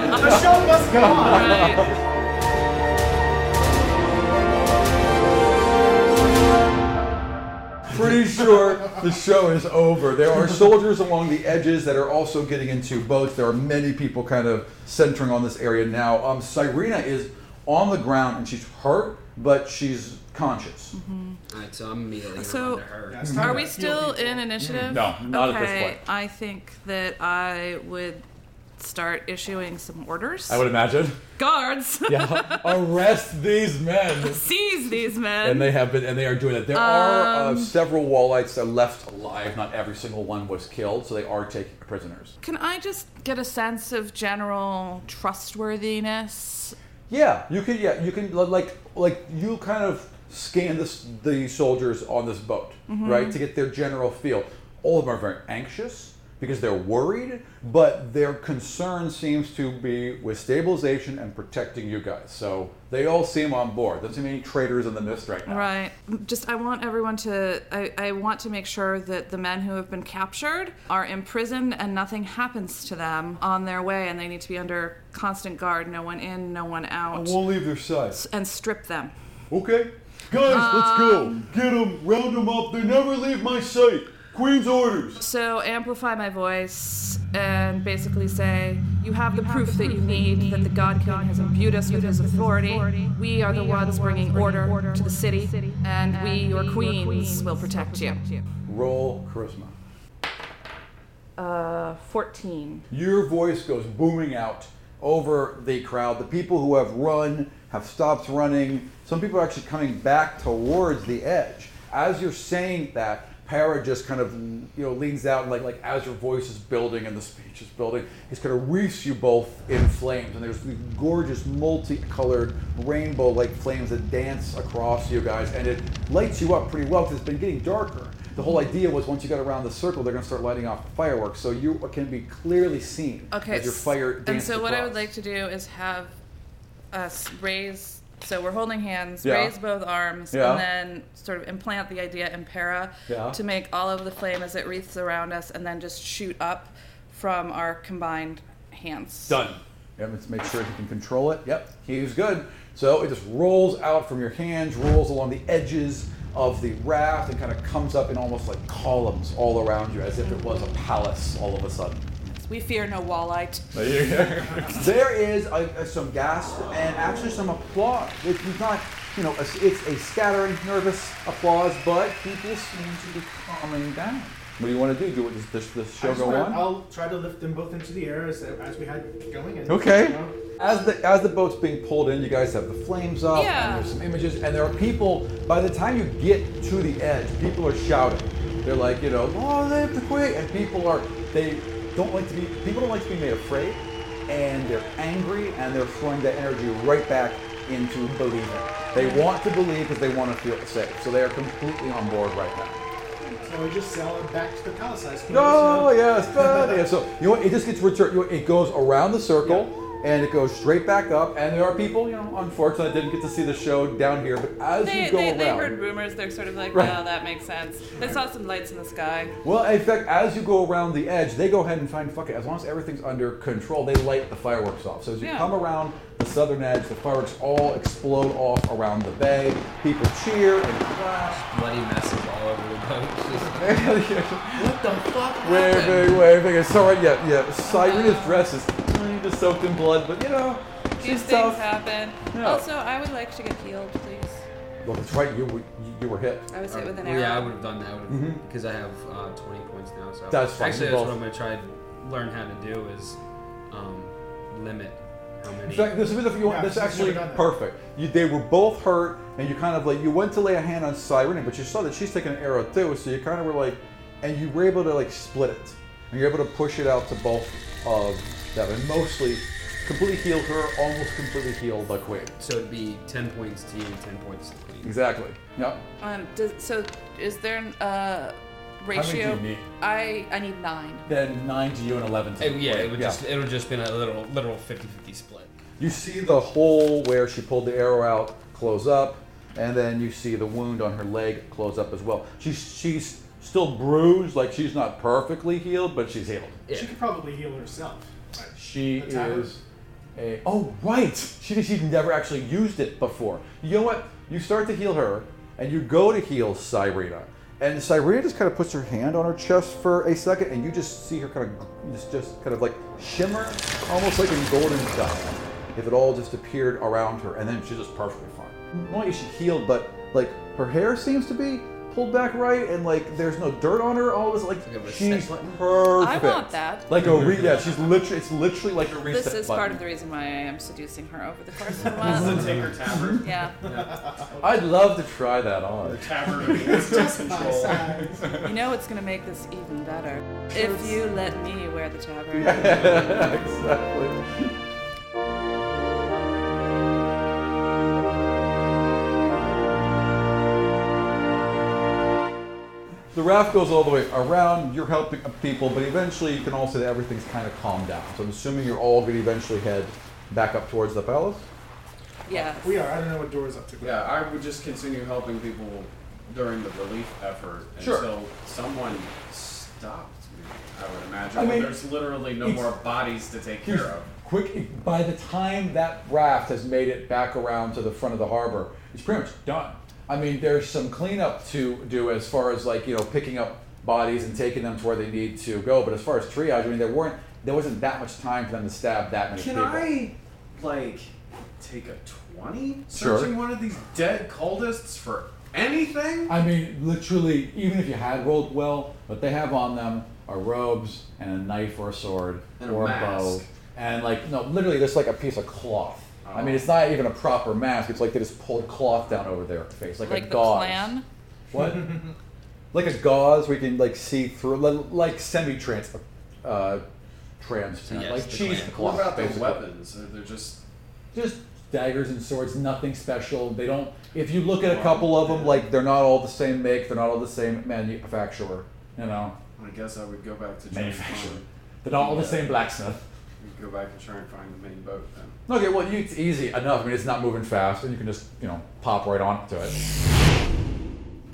Speaker 10: we- the show must go on.
Speaker 1: pretty sure the show is over. There are soldiers along the edges that are also getting into boats. There are many people kind of centering on this area now. Um, Cyrena is on the ground and she's hurt, but she's conscious.
Speaker 5: Alright, so I'm immediately gonna
Speaker 11: So-
Speaker 5: run to her.
Speaker 10: It's time
Speaker 11: Are
Speaker 10: to
Speaker 11: we
Speaker 10: heal
Speaker 11: still
Speaker 10: people.
Speaker 11: in initiative?
Speaker 1: No, not at
Speaker 11: okay,
Speaker 1: this point.
Speaker 11: I think that I would start issuing some orders.
Speaker 1: imagine.
Speaker 11: Guards,
Speaker 1: Yeah. Arrest these men.
Speaker 11: seize these
Speaker 1: And
Speaker 11: men.
Speaker 1: they have been, and they are doing it. There are uh, several Wallites that are left alive. Not every single one was killed, so they are taking prisoners.
Speaker 11: Can I just get a sense of general trustworthiness?
Speaker 1: Yeah, you can. Yeah, you can. li- Like, like you kind of scan this the soldiers on this boat, right, to get their general feel. All of them are very anxious because they're worried, but their concern seems to be with stabilization and protecting you guys. So they all seem on board. Doesn't seem any traitors in the mist right now.
Speaker 11: Right. Just, I want everyone to. I, I want to make sure that the men who have been captured are imprisoned and nothing happens to them on their way, and they need to be under constant guard. No one in, no one out.
Speaker 1: We'll leave their side.
Speaker 11: And strip them.
Speaker 1: Okay, guys, let's go. Get them, round them up. They never leave my sight. Queen's orders.
Speaker 11: So amplify my voice and basically say, "You have the proof that you need that the God King has imbued us with His authority. We are the ones bringing order to the city, and we, your queens, will protect you."
Speaker 1: Roll charisma.
Speaker 13: Uh, fourteen.
Speaker 1: Your voice goes booming out over the crowd. The people who have run have stopped running. Some people are actually coming back towards the edge. As you're saying that, Para just kind of you know leans out and like like as your voice is building and the speech is building, he's kind of wreaths you both in flames. And there's these gorgeous multicolored rainbow-like flames that dance across you guys, and it lights you up pretty well because it's been getting darker. The whole idea was once you got around the circle, they're going to start lighting off the fireworks, so you can be clearly seen
Speaker 11: Okay.
Speaker 1: as your
Speaker 11: s-
Speaker 1: fire.
Speaker 11: And so
Speaker 1: danced
Speaker 11: what I
Speaker 1: across.
Speaker 11: would like to do is have us raise. So we're holding hands,
Speaker 1: Yeah.
Speaker 11: raise both arms,
Speaker 1: Yeah.
Speaker 11: and then sort of implant the idea in para
Speaker 1: Yeah.
Speaker 11: to make all of the flame as it wreaths around us, and then just shoot up from our combined hands.
Speaker 1: Done. Yep, let's make sure he can control it. Yep, he's good. So it just rolls out from your hands, rolls along the edges of the raft, and kind of comes up in almost like columns all around you, as if it was a palace all of a sudden.
Speaker 11: We fear no walleye.
Speaker 1: there is a, a- some gasp and actually some applause. It's not, you know, a, it's a scattering, nervous applause, but people seem to be calming down. What do you want to do? Do it, does this, this
Speaker 10: I
Speaker 1: show
Speaker 10: just
Speaker 1: go
Speaker 10: wanna-
Speaker 1: on?
Speaker 10: I'll try to lift them both into the air as, as we had going. And, you
Speaker 1: Okay.
Speaker 10: know,
Speaker 1: As the as the boat's being pulled in, you guys have the flames up,
Speaker 10: Yeah.
Speaker 1: and there's some images, and there are people. By the time you get to the edge, people are shouting. They're like, you know, oh, they have to quit, and people are they don't like to be people don't like to be made afraid, and they're angry, and they're throwing that energy right back into believing. They want to believe because they want to feel safe, so they are completely on board right now.
Speaker 10: so we just sail it back to the palace, I suppose.
Speaker 1: No,
Speaker 10: you
Speaker 1: Oh,
Speaker 10: know?
Speaker 1: yes, but yeah. So you know, what, it just gets returned. You know, it goes around the circle and it goes straight back up. And there are people, you know, unfortunately, I didn't get to see the show down here, but as
Speaker 11: They,
Speaker 1: you go
Speaker 11: they,
Speaker 1: around,
Speaker 11: they heard rumors. They're sort of like,
Speaker 1: Right.
Speaker 11: well, that makes sense. They saw some lights in the sky.
Speaker 1: well, in fact, as you go around the edge, they go ahead and find fuck it. As long as everything's under control, they light the fireworks off. So as you
Speaker 11: Yeah.
Speaker 1: come around the southern edge, the fireworks all explode off around the bay. People cheer and clap.
Speaker 5: Bloody messes all over the boat.
Speaker 1: what
Speaker 5: the fuck?
Speaker 1: Waving, waving. It's all right. Yeah, yeah. Cyrena's dress is kind of soaked in blood, but you know,
Speaker 11: Uh-huh. These
Speaker 1: she's
Speaker 11: things
Speaker 1: tough.
Speaker 11: happen.
Speaker 1: Yeah.
Speaker 11: Also, I would like to get healed, please.
Speaker 1: Well, that's right. You were you- you were hit.
Speaker 11: I was hit with an
Speaker 5: yeah,
Speaker 11: arrow.
Speaker 5: I would have done that would've-
Speaker 1: Mhm.
Speaker 5: because I have uh, 20 points now. So
Speaker 1: That's fine,
Speaker 5: Actually,
Speaker 1: you
Speaker 5: that's
Speaker 1: both-
Speaker 5: what I'm gonna try to learn how to do is um, limit how
Speaker 1: In
Speaker 5: many.
Speaker 1: fact, this is if you want.
Speaker 5: Yeah,
Speaker 1: this
Speaker 5: she's
Speaker 1: actually
Speaker 5: never done that.
Speaker 1: perfect. You, they were both hurt, and you kind of like you went to lay a hand on Cyrene, but you saw that she's taking an arrow too. So you kind of were like, and you were able to like split it, and you're able to push it out to both of them, and mostly completely heal her, almost completely heal the queen.
Speaker 5: So it'd be 10 points to you, 10 points to the queen.
Speaker 1: Exactly. Yep.
Speaker 11: Um, does, so, is there an uh,
Speaker 1: many do
Speaker 11: ratio?
Speaker 1: you need?
Speaker 11: I I need nine.
Speaker 1: Then nine to you and eleven to
Speaker 5: It-
Speaker 1: the
Speaker 5: yeah, it
Speaker 1: queen.
Speaker 5: would just it would just been a literal literal 50-50 split.
Speaker 1: You see the hole where she pulled the arrow out close up, and then you see the wound on her leg close up as well. She's she's still bruised, like she's not perfectly healed, but she's healed.
Speaker 10: She could probably heal herself.
Speaker 1: She
Speaker 10: Attack her.
Speaker 1: is a oh right. She she'd never actually used it before. You know what? You start to heal her, and you go to heal Cyrena, and Cyrena just kind of puts her hand on her chest for a second, and you just see her kind of gl- just just kind of like shimmer, almost like in golden dust, if it all just appeared around her, and then she's just perfectly fine. Not only is she healed, but like her hair seems to be pulled back right, and like there's no dirt on her. All of a sudden, like she's perfect.
Speaker 11: I want that.
Speaker 1: Like a re- yeah, she's literally it's literally like a reset
Speaker 11: This is
Speaker 1: button.
Speaker 11: part of the reason why I am seducing her over the course of a month.
Speaker 1: This is a Tinker Tavern.
Speaker 11: Yeah.
Speaker 1: I'd love to try that on. The
Speaker 9: tavern of Just
Speaker 11: you know it's gonna make this even better if you let me wear the tavern.
Speaker 1: exactly. The raft goes all the way around. You're helping people, but eventually you can all see that everything's kind of calmed down. So I'm assuming you're all going to eventually head back up towards the palace.
Speaker 11: Yeah.
Speaker 10: We are. I don't know what door is up to.
Speaker 9: Yeah, I would just continue helping people during the relief effort
Speaker 10: Sure.
Speaker 9: until someone stopped me. I would imagine.
Speaker 1: I
Speaker 9: When
Speaker 1: mean,
Speaker 9: there's literally no
Speaker 1: it's-
Speaker 9: more bodies to take care of.
Speaker 1: Quick, by the time that raft has made it back around to the front of the harbor, it's pretty much done. I mean, there's some cleanup to do as far as like you know picking up bodies and taking them to where they need to go. But as far as triage, I mean, there weren't there wasn't that much time for them to stab that many
Speaker 9: Can
Speaker 1: people.
Speaker 9: I, like, take a 20?
Speaker 1: Sure.
Speaker 9: Searching one of these dead cultists for anything?
Speaker 1: I mean, literally, even if you had rolled well, what they have on them are robes and a knife or a sword
Speaker 9: And a
Speaker 1: or a,
Speaker 9: mask.
Speaker 1: bow, and like no, literally, there's like a piece of cloth I
Speaker 9: Oh.
Speaker 1: mean, it's not even a proper mask. It's like they just pulled cloth down over their face, like,
Speaker 3: Like
Speaker 1: a
Speaker 3: the
Speaker 1: gauze.
Speaker 3: plan?
Speaker 1: What? like a gauze where you can like see through, like, like semi-trans, uh, trans,
Speaker 9: Yes,
Speaker 1: like
Speaker 9: the
Speaker 1: cheese
Speaker 9: clan.
Speaker 1: cloth.
Speaker 9: What about the
Speaker 1: basically.
Speaker 9: weapons? Are they just
Speaker 1: Just daggers and swords, nothing special. They don't. If you look at a couple of them, like they're not all the same make, they're not all the same manufacturer. You know,
Speaker 9: I guess I would go back to try and
Speaker 1: manufacturer.
Speaker 9: find.
Speaker 1: They're not all the same blacksmith.
Speaker 9: we'd Go back and try and find the main boat then.
Speaker 1: Okay, well, you, it's easy enough. I mean, it's not moving fast, and you can just, you know, pop right onto it.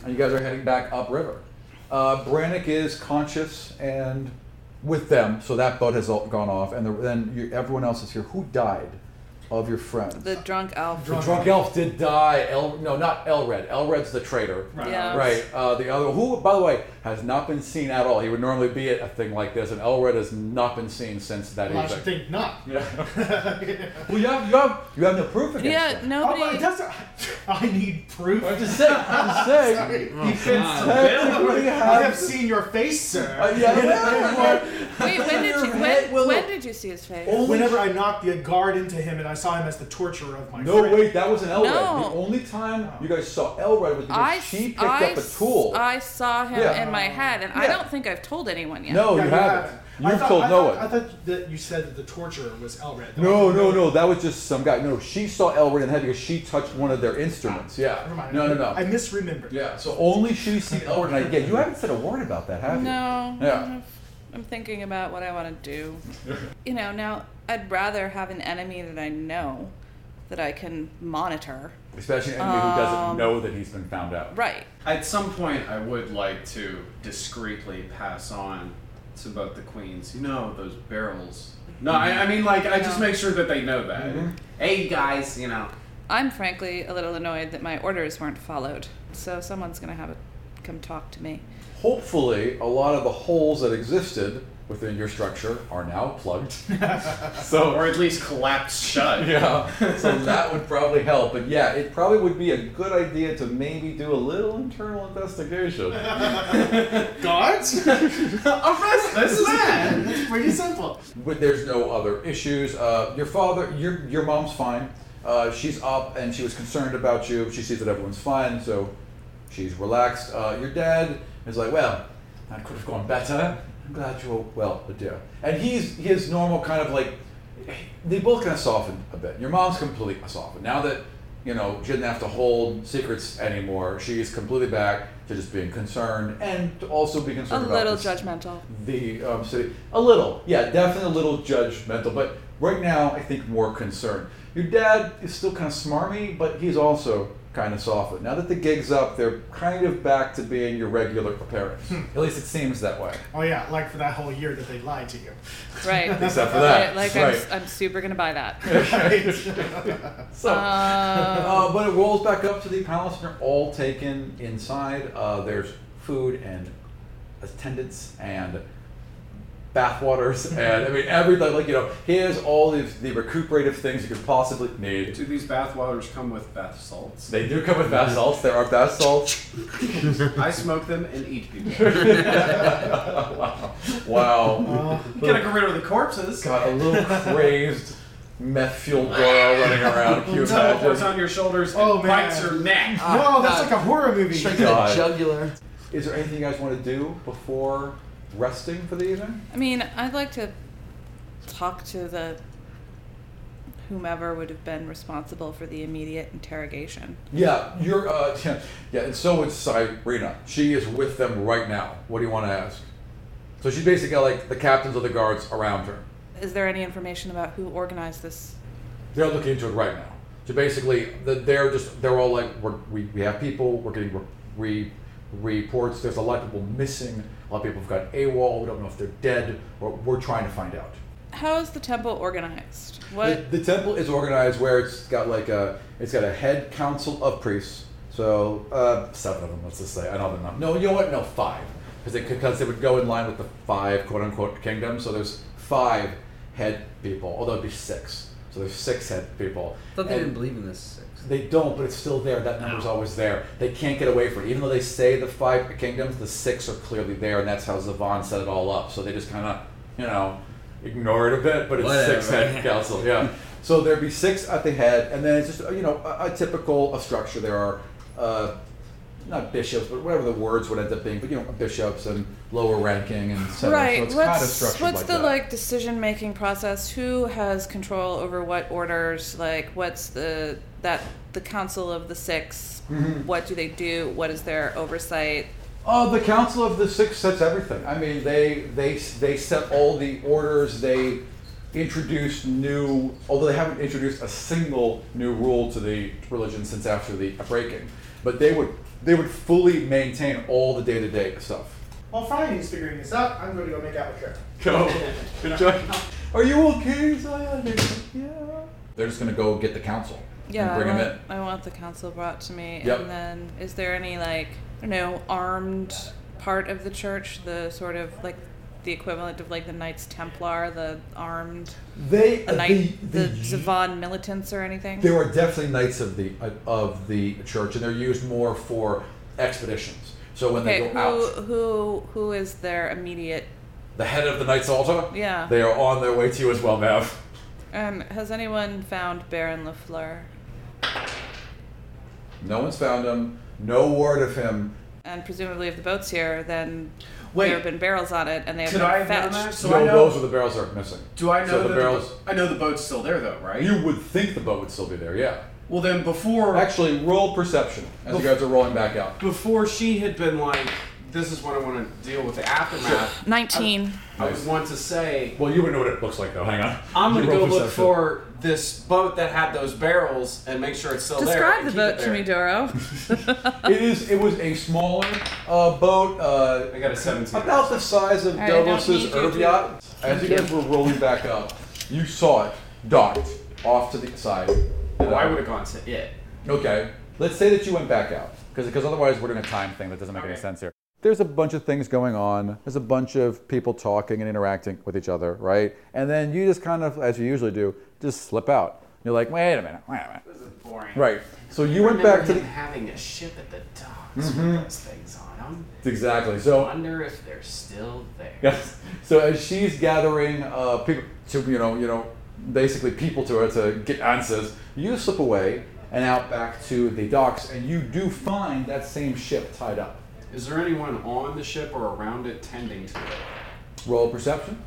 Speaker 1: And you guys are heading back upriver. Uh, Brannick is conscious and with them, so that boat has all gone off, and the, then you, everyone else is here. Who died of your friends?
Speaker 3: The drunk elf.
Speaker 1: The drunk elf did die. El, no, not Elred. Elred's the traitor.
Speaker 3: Right. Yeah.
Speaker 1: Right. Uh, the other, who, by the way, has not been seen at all. He would normally be at a thing like this, and Elred has not been seen since that
Speaker 10: Well, I
Speaker 1: evening.
Speaker 10: should think not.
Speaker 1: Yeah. well, you have, you have, you have no proof against him.
Speaker 3: Yeah, nobody.
Speaker 10: Oh, but it doesn't- I need proof. I'm
Speaker 1: just saying. I'm just saying.
Speaker 10: He fits
Speaker 1: God.
Speaker 10: the bill.
Speaker 1: Really
Speaker 10: I have
Speaker 1: has-
Speaker 10: seen your face, sir.
Speaker 1: Uh, yeah, well,
Speaker 3: Wait, when did you when, when did you see his face?
Speaker 10: Whenever I knocked the guard into him and I saw him as the torturer of my
Speaker 1: No,
Speaker 10: friend.
Speaker 1: wait, that was an Elred.
Speaker 3: No.
Speaker 1: The only time you guys saw Elred was because
Speaker 3: I
Speaker 1: she picked
Speaker 3: I
Speaker 1: up a tool.
Speaker 3: I saw him
Speaker 1: Yeah.
Speaker 3: in my head, and I
Speaker 1: Yeah.
Speaker 3: don't think I've told anyone yet.
Speaker 1: No,
Speaker 10: Yeah,
Speaker 1: you
Speaker 10: you
Speaker 1: haven't.
Speaker 10: I
Speaker 1: You've
Speaker 10: thought-
Speaker 1: told
Speaker 10: I
Speaker 1: no
Speaker 10: thought-
Speaker 1: one.
Speaker 10: I thought that you said that the torturer was Elred.
Speaker 1: No, no, no. That was just some guy. No, she saw Elred in the head because she touched one of their instruments. Yeah.
Speaker 10: Never mind.
Speaker 1: No, no, no.
Speaker 10: I misremembered.
Speaker 1: Yeah. So only she's seen Elred in the head. Yeah, you haven't said a word about that, have you?
Speaker 3: No.
Speaker 1: Yeah.
Speaker 3: I'm thinking about what I want to do. you know, now I'd rather have an enemy that I know that I can monitor.
Speaker 1: Especially an enemy who doesn't
Speaker 3: Um,
Speaker 1: know that he's been found out.
Speaker 3: Right.
Speaker 9: At some point, I would like to discreetly pass on to both the queens. You know those barrels. No,
Speaker 1: Mm-hmm.
Speaker 9: I, I mean like I just
Speaker 3: Yeah.
Speaker 9: make sure that they know that. Hey guys, you know.
Speaker 3: I'm frankly a little annoyed that my orders weren't followed. So someone's going to have it come talk to me.
Speaker 1: Hopefully, a lot of the holes that existed within your structure are now plugged. so,
Speaker 9: or at least collapsed shut.
Speaker 1: yeah. So that would probably help. But yeah, it probably would be a good idea to maybe do a little internal investigation.
Speaker 10: Guards? Arrest
Speaker 9: this man!
Speaker 10: It's pretty simple.
Speaker 1: But there's no other issues. Uh, your father, your your mom's fine. Uh, she's up and she was concerned about you. She sees that everyone's fine, so she's relaxed. Uh, your dad is like, well, that could have gone better. I'm glad you're all well, but dear. And he's his normal kind of like. They both kind of softened a bit. Your mom's completely softened now that you know she didn't have to hold secrets anymore. She's completely back to just being concerned and to also be
Speaker 3: A
Speaker 1: concerned about
Speaker 3: little
Speaker 1: this-
Speaker 3: judgmental.
Speaker 1: the um, city. A little, yeah, definitely a little judgmental, but right now I think more concerned. Your dad is still kind of smarmy, but he's also kind of softened. Now that the gig's up, they're kind of back to being your regular parents. At least it seems that way.
Speaker 10: Oh yeah, like for that whole year that they lied to you.
Speaker 3: Right.
Speaker 1: Except for that.
Speaker 3: Right, Like,
Speaker 1: Right.
Speaker 3: I'm, I'm super going to buy that.
Speaker 1: So, uh, but it rolls back up to the palace, and they're all taken inside. Uh, there's food and attendants and bathwaters, and I mean everything. Like you know, here's all the, the recuperative things you could possibly need.
Speaker 9: Do these bathwaters come with bath salts?
Speaker 1: They do come with bath salts. There are bath salts.
Speaker 9: I smoke them and eat people.
Speaker 1: wow. Wow.
Speaker 9: Gotta get rid of the corpses.
Speaker 1: Got a little crazed meth fueled girl running around. Can you
Speaker 9: Teleports
Speaker 1: imagine?
Speaker 9: on your shoulders
Speaker 10: Oh,
Speaker 9: and
Speaker 10: man.
Speaker 9: bites your neck.
Speaker 1: Ah,
Speaker 10: no, that's like a horror movie.
Speaker 1: God.
Speaker 5: Jugular.
Speaker 1: Is there anything you guys want to do before resting for the evening?
Speaker 3: I mean, I'd like to talk to the whomever would have been responsible for the immediate interrogation.
Speaker 1: Yeah, you're. Uh, yeah, yeah, and so is Cyrena. She is with them right now. What do you want to ask? So she's basically got like the captains of the guards around her.
Speaker 3: Is there any information about who organized this?
Speaker 1: They're looking into it right now. So basically, the, they're just they're all like we're, we we have people. We're getting re, re reports. There's a lot of people missing. A lot of people have got AWOL. We don't know if they're dead. Or we're trying to find out.
Speaker 3: How is the temple organized? What?
Speaker 1: The, the temple is organized where it's got like a it's got a head council of priests. So uh, seven of them, let's just say. I don't have enough. No, you know what? No, five, because they, 'cause they would go in line with the five quote unquote kingdoms. So there's five head people, although it'd be six. So there's six head people.
Speaker 5: I thought they
Speaker 1: And-
Speaker 5: didn't believe in this six.
Speaker 1: they don't, but it's still there. That number's always there. They can't get away from it. Even though they say the five kingdoms, the six are clearly there, and that's how Zavon set it all up. So they just kind of, you know, ignore it a bit, but it's six
Speaker 5: Whatever.
Speaker 1: head council. Yeah. So there'd be six at the head, and then it's just you know a, a typical a structure. There are uh, not bishops, but whatever the words would end up being, but you know bishops and lower ranking and so,
Speaker 3: right.
Speaker 1: so it's
Speaker 3: what's
Speaker 1: kind of structured
Speaker 3: what's
Speaker 1: like
Speaker 3: the
Speaker 1: that.
Speaker 3: like decision making process? Who has control over what orders? Like, what's the that the Council of the 6
Speaker 1: Mhm.
Speaker 3: What do they do? What is their oversight?
Speaker 1: Uh, the Council of the Six sets everything. I mean, they they they set all the orders. They introduced new, although they haven't introduced a single new rule to the religion since after the breaking. But they would they would fully maintain all the day to day stuff.
Speaker 10: While Friday's figuring this out, I'm going to go make out with Kara.
Speaker 1: Go. Are you okay, Zion? Yeah. They're just gonna go get the council.
Speaker 3: Yeah,
Speaker 1: And bring
Speaker 3: I,
Speaker 1: 'em
Speaker 3: want, I want the council brought to me.
Speaker 1: Yep.
Speaker 3: And then, is there any like I don't know armed part of the church? The sort of like the equivalent of like the Knights Templar, the armed
Speaker 1: They-
Speaker 3: the knight
Speaker 1: Uh, the-
Speaker 3: the, Zavon militants or anything.
Speaker 1: There are definitely knights of the of the church, and they're used more for expeditions. So when
Speaker 3: okay,
Speaker 1: they go
Speaker 3: who
Speaker 1: out,
Speaker 3: who who is their immediate?
Speaker 1: the head of the Knights Altar.
Speaker 3: Yeah.
Speaker 1: They are on their way to you as well, Mav.
Speaker 3: Um, has anyone found Baron Lafleur?
Speaker 1: No one's found him. No word of him.
Speaker 3: And presumably, if the boat's here, then
Speaker 1: Wait.
Speaker 3: there have been barrels on it, and they have
Speaker 9: Could
Speaker 3: been
Speaker 9: I have known
Speaker 3: fetched.
Speaker 9: that? So
Speaker 1: no,
Speaker 9: I know-
Speaker 1: those are the barrels that are missing.
Speaker 9: Do I know
Speaker 1: So
Speaker 9: that
Speaker 1: the barrels?
Speaker 9: The, I know the boat's still there though, right?
Speaker 1: You would think the boat would still be there, yeah.
Speaker 9: Well, then before
Speaker 1: actually roll perception as you
Speaker 9: Bef-
Speaker 1: guys are rolling back out.
Speaker 9: before she had been like, "This is what I want to deal with the aftermath."
Speaker 3: Nineteen.
Speaker 9: I would want to say.
Speaker 1: Well, you would know what it looks like though. Hang on.
Speaker 9: I'm gonna
Speaker 1: You roll
Speaker 9: go look
Speaker 1: perception.
Speaker 9: for this boat that had those barrels and make sure it's still there.
Speaker 3: Describe
Speaker 9: and
Speaker 3: the
Speaker 9: keep it
Speaker 3: boat to
Speaker 9: there."
Speaker 3: me, Doro.
Speaker 1: it is. It was a smaller uh, boat. Uh,
Speaker 9: I got a 17.
Speaker 1: About the size of
Speaker 3: All right, I don't
Speaker 1: Davos's
Speaker 3: need you
Speaker 1: herb
Speaker 3: to-
Speaker 1: yacht. As you
Speaker 3: Thank
Speaker 1: guys were rolling back up, you saw it docked off to the side.
Speaker 9: Well, Oh, I would have gone to it.
Speaker 1: Okay. Let's say that you went back out, because otherwise we're doing a time thing that doesn't make any sense here. There's a bunch of things going on. There's a bunch of people talking and interacting with each other, right? And then you just kind of, as you usually do, just slip out. You're like, wait a minute, wait a minute.
Speaker 9: This is boring.
Speaker 1: Right. So you went back to the.
Speaker 9: having a ship at the docks
Speaker 1: Mhm.
Speaker 9: with those things on them.
Speaker 1: Exactly. So-
Speaker 9: wonder if they're still there.
Speaker 1: Yes. So as she's gathering uh, people to you know you know basically people to her to get answers, you slip away and out back to the docks, and you do find that same ship tied up.
Speaker 9: Is there anyone on the ship or around it tending to it?
Speaker 1: Roll perception.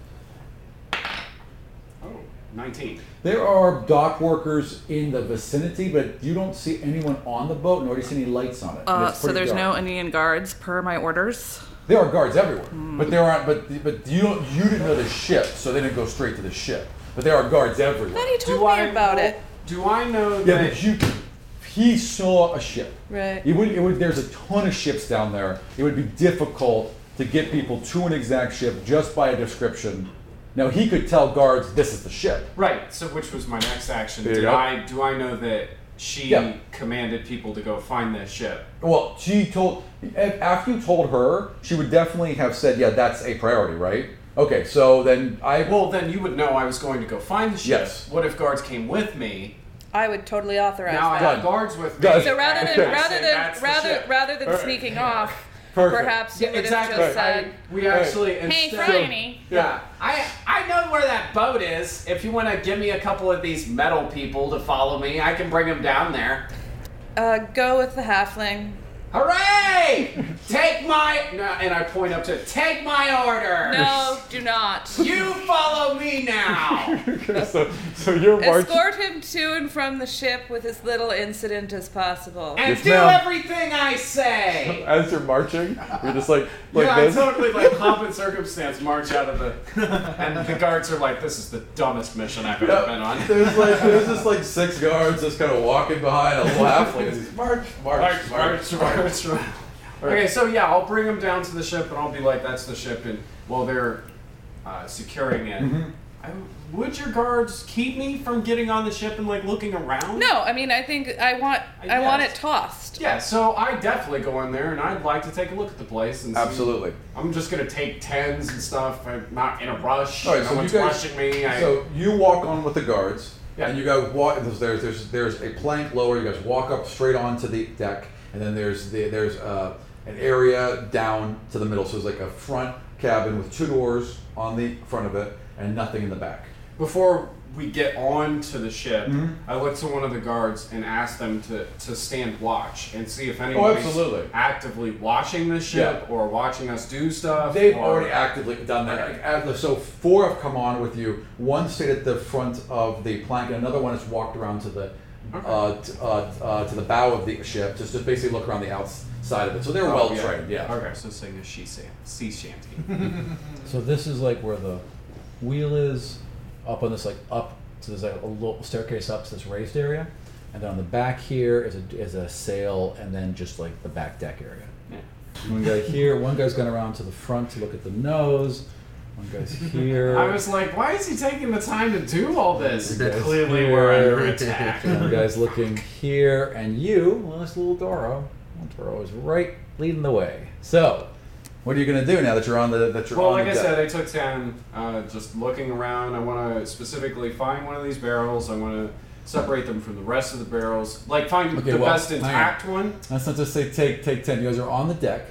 Speaker 9: Oh, 19.
Speaker 1: There are dock workers in the vicinity, but you don't see anyone on the boat, nor do you see any lights on it. and
Speaker 3: Uh,
Speaker 1: it's
Speaker 3: so
Speaker 1: pretty
Speaker 3: there's
Speaker 1: dark.
Speaker 3: no Indian guards per my orders.
Speaker 1: There are guards everywhere,
Speaker 3: Hmm.
Speaker 1: but there aren't. But but you don't, you didn't know the ship, so they didn't go straight to the ship. But there are guards everywhere.
Speaker 3: But he told
Speaker 9: Do
Speaker 3: me
Speaker 9: I
Speaker 3: about
Speaker 9: know-
Speaker 3: it.
Speaker 9: Do I know
Speaker 1: Yeah,
Speaker 9: that
Speaker 1: but you, he saw a ship.
Speaker 3: Right.
Speaker 1: It would, it would, there's a ton of ships down there. It would be difficult to get people to an exact ship just by a description. Now he could tell guards this is the ship.
Speaker 9: Right. So, which was my next action?
Speaker 1: There you
Speaker 9: Did
Speaker 1: go.
Speaker 9: I do I know that she
Speaker 1: Yeah.
Speaker 9: commanded people to go find this ship?
Speaker 1: Well, she told a- after you told her, she would definitely have said, "Yeah, that's a priority, right?" Okay, so then I
Speaker 9: well then you would know I was going to go find the ship.
Speaker 1: Yes.
Speaker 9: What if guards came with me?
Speaker 3: I would totally authorize
Speaker 9: Now I
Speaker 3: that.
Speaker 9: have guards with me.
Speaker 1: Done.
Speaker 3: So rather than
Speaker 1: Okay.
Speaker 3: rather
Speaker 9: Say
Speaker 3: than
Speaker 9: that's the
Speaker 3: rather
Speaker 9: ship.
Speaker 3: rather than
Speaker 1: All right.
Speaker 3: sneaking off,
Speaker 1: Perfect.
Speaker 3: perhaps you
Speaker 9: Yeah,
Speaker 3: would
Speaker 9: exactly.
Speaker 3: have just
Speaker 9: I-
Speaker 3: said,
Speaker 9: we actually
Speaker 3: "Hey,
Speaker 9: instead-
Speaker 3: Franny."
Speaker 9: Yeah, I I know where that boat is. If you want to give me a couple of these metal people to follow me, I can bring them down there.
Speaker 3: Uh, "Go with the halfling."
Speaker 9: Hooray! Take my no, and I point up to take my order.
Speaker 3: No, do not.
Speaker 9: You follow me now.
Speaker 1: so, so you're
Speaker 3: Escort him to and from the ship with as little incident as possible.
Speaker 9: And
Speaker 1: Yes, do ma'am.
Speaker 9: everything I say.
Speaker 1: as you're marching. You're just like
Speaker 9: yeah, I totally like pomp and circumstance march out of the, and the guards are like, "This is the dumbest mission I've ever been on."
Speaker 1: There's like there's just like six guards just kind of walking behind a little halfling. It's just, March, march, march, march.
Speaker 9: Okay, so yeah, I'll bring them down to the ship, and I'll be like, "That's the ship," and while they're uh, securing it,
Speaker 1: Mm-hmm.
Speaker 9: I, would your guards keep me from getting on the ship and like looking around?
Speaker 3: No, I mean I think I want
Speaker 9: Uh,
Speaker 3: I, want it tossed.
Speaker 9: Yeah, so I definitely go in there, and I'd like to take a look at the place. And see-
Speaker 1: Absolutely.
Speaker 9: I'm just gonna take tens and stuff. I'm not in a rush.
Speaker 1: All right,
Speaker 9: no
Speaker 1: so you
Speaker 9: one's
Speaker 1: guys,
Speaker 9: rushing me. I,
Speaker 1: so you walk on with the guards,
Speaker 9: Yeah.
Speaker 1: and you go walk. There's, there's there's there's a plank lower. You guys walk up straight onto the deck, and then there's the there's uh, an area down to the middle. So it's like a front cabin with two doors on the front of it, and nothing in the back.
Speaker 9: before we get onto the ship,
Speaker 1: Mhm.
Speaker 9: I look to one of the guards and ask them to, to stand watch and see if anybody's
Speaker 1: absolutely.
Speaker 9: actively watching the ship or watching us do stuff.
Speaker 1: They've
Speaker 9: or-
Speaker 1: already actively done that. At- So four have come on with you. One stayed at the front of the plank, and another one has walked around to the uh, t- uh, t- uh, to the bow of the ship, just to basically look around the outside of it. So they're
Speaker 9: Oh,
Speaker 1: well trained. Yeah.
Speaker 9: Okay, so sing a she sa- sea shanty.
Speaker 14: So this is like where the wheel is up on this like up. So there's like a little staircase up to this raised area, and then on the back here is a is a sail, and then just like the back deck area. One guy here. One guy's gone around to the front to look at the nose. One guy's here.
Speaker 9: I was like, why is he taking the time to do all this?
Speaker 14: One guy's
Speaker 9: Clearly, we're under
Speaker 14: here.
Speaker 9: attack.
Speaker 14: One guy's looking here, and you, well, it's little Doro. Little Doro is right leading the way. So,
Speaker 1: what are you gonna do now that you're on the that you're
Speaker 9: Well,
Speaker 1: on
Speaker 9: like
Speaker 1: the
Speaker 9: I
Speaker 1: deck?
Speaker 9: said, I took time uh, just looking around. I want to specifically find one of these barrels. I want to separate them from the rest of the barrels. Like, find
Speaker 1: Okay,
Speaker 9: the
Speaker 1: well,
Speaker 9: best
Speaker 1: hang on.
Speaker 9: intact one.
Speaker 1: Let's not just say take take ten. You guys are on the deck.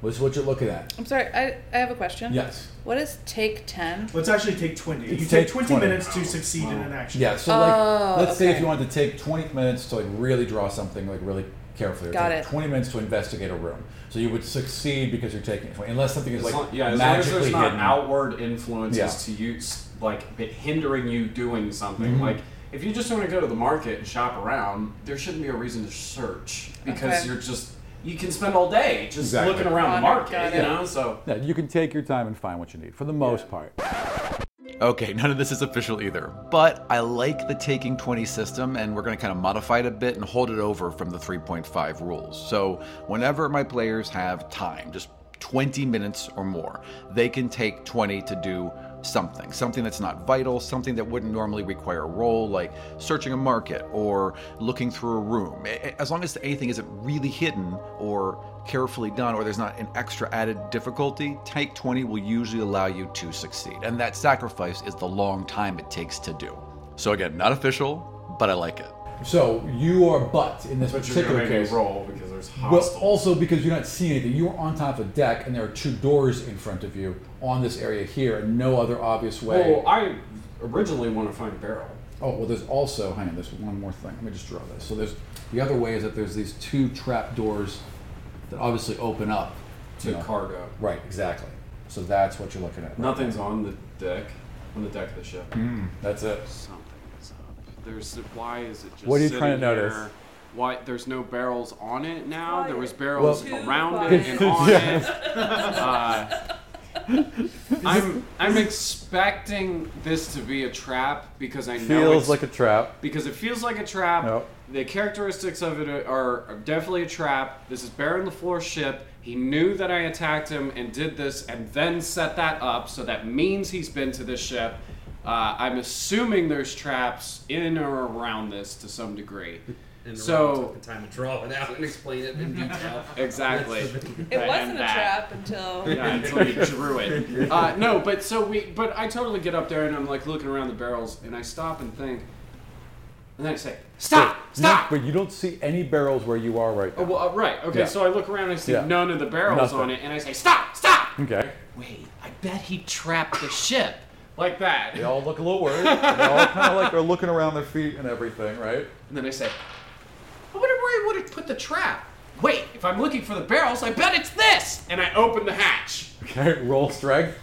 Speaker 1: Which is what you're looking at.
Speaker 3: I'm sorry, I, I have a question.
Speaker 1: Yes.
Speaker 3: What is take 10?
Speaker 10: Let's actually take 20. You,
Speaker 1: You
Speaker 10: take,
Speaker 1: take
Speaker 10: 20,
Speaker 1: 20.
Speaker 10: minutes to succeed in an action.
Speaker 1: Yeah. So like,
Speaker 3: Oh,
Speaker 1: let's say if
Speaker 3: okay.
Speaker 1: you wanted to take 20 minutes to like really draw something like really carefully. or
Speaker 3: Got
Speaker 1: take
Speaker 3: it.
Speaker 1: 20 minutes to investigate a room. So you would succeed because you're taking 20, unless something is like
Speaker 9: As long- yeah, as long as
Speaker 1: magically
Speaker 9: there's not
Speaker 1: hidden.
Speaker 9: outward influences
Speaker 1: Yeah.
Speaker 9: to you, s- like b- hindering you doing something.
Speaker 1: Mhm.
Speaker 9: Like, if you just want to go to the market and shop around, there shouldn't be a reason to search because
Speaker 1: Okay.
Speaker 9: you're just you can spend all day just
Speaker 1: Exactly.
Speaker 9: looking around the
Speaker 1: Got it,
Speaker 9: market.
Speaker 1: got
Speaker 9: You
Speaker 1: it.
Speaker 9: know, so
Speaker 1: Yeah, you can take your time and find what you need for the most part.
Speaker 12: Okay, none of this is official either, but I like the taking 20 system, and we're going to kind of modify it a bit and hold it over from the 3.5 rules. So, whenever my players have time, just 20 minutes or more, they can take 20 to do something, something that's not vital, something that wouldn't normally require a roll, like searching a market or looking through a room. A- a- As long as anything isn't really hidden or carefully done, or there's not an extra added difficulty, take 20 will usually allow you to succeed. And that sacrifice is the long time it takes to do. So, again, not official, but I like it.
Speaker 1: So you are but in this
Speaker 9: But you're
Speaker 1: particular
Speaker 9: gonna make me
Speaker 1: case.
Speaker 9: roll because there's
Speaker 1: Well,
Speaker 9: hostile.
Speaker 1: also because you're not seeing anything. You are on top of a deck, and there are two doors in front of you on this area here, and no other obvious way.
Speaker 9: Well, I originally want to find a barrel.
Speaker 1: Oh well, there's also hang on. There's one more thing. Let me just draw this. So there's the other way is that there's these two trap doors that obviously open up
Speaker 9: To cargo.
Speaker 1: Right, exactly. So that's what you're looking at. right
Speaker 9: Nothing's
Speaker 1: now.
Speaker 9: on the deck, on the deck of the ship.
Speaker 1: Mm, that's it.
Speaker 9: Something's up. There's why is it just?
Speaker 1: What are you
Speaker 9: sitting
Speaker 1: trying to notice?
Speaker 9: there? Why there's no barrels on it now? There was barrels
Speaker 1: Well-
Speaker 9: around
Speaker 1: Too
Speaker 9: it and on
Speaker 1: quiet.
Speaker 9: it. Uh, I'm I'm expecting this to be a trap because I know it's-
Speaker 1: Feels like a trap.
Speaker 9: because it feels like a trap.
Speaker 1: Yep.
Speaker 9: The characteristics of it are, are definitely a trap. This is Baron LaFleur's ship. He knew that I attacked him and did this and then set that up, so that means he's been to this ship. Uh, I'm assuming there's traps in or around this to some degree.
Speaker 5: And
Speaker 9: so,
Speaker 5: took the time to draw it out and explain it in detail.
Speaker 9: Exactly.
Speaker 3: It
Speaker 9: Right,
Speaker 3: wasn't
Speaker 9: and
Speaker 3: a
Speaker 9: that.
Speaker 3: trap until.
Speaker 9: Yeah, until you drew it. Uh, no, but so we, but I totally get up there and I'm like looking around the barrels and I stop and think, and then I say, stop, stop.
Speaker 1: But you don't see any barrels where you are right now.
Speaker 9: Oh, well, uh, right. Okay,
Speaker 1: Yeah.
Speaker 9: so I look around and I see
Speaker 1: Yeah.
Speaker 9: none of the barrels
Speaker 1: Nothing.
Speaker 9: on it, and I say, "Stop! Stop!"
Speaker 1: Oh, Okay.
Speaker 9: Wait, I bet he trapped the ship like that. They
Speaker 1: all look a little worried. They all kind of like they're looking around their feet and everything, right?
Speaker 9: And then I say, I wonder where he would have put the trap. Wait, if I'm looking for the barrels, I bet it's this. And I open the hatch.
Speaker 1: Okay, roll strength.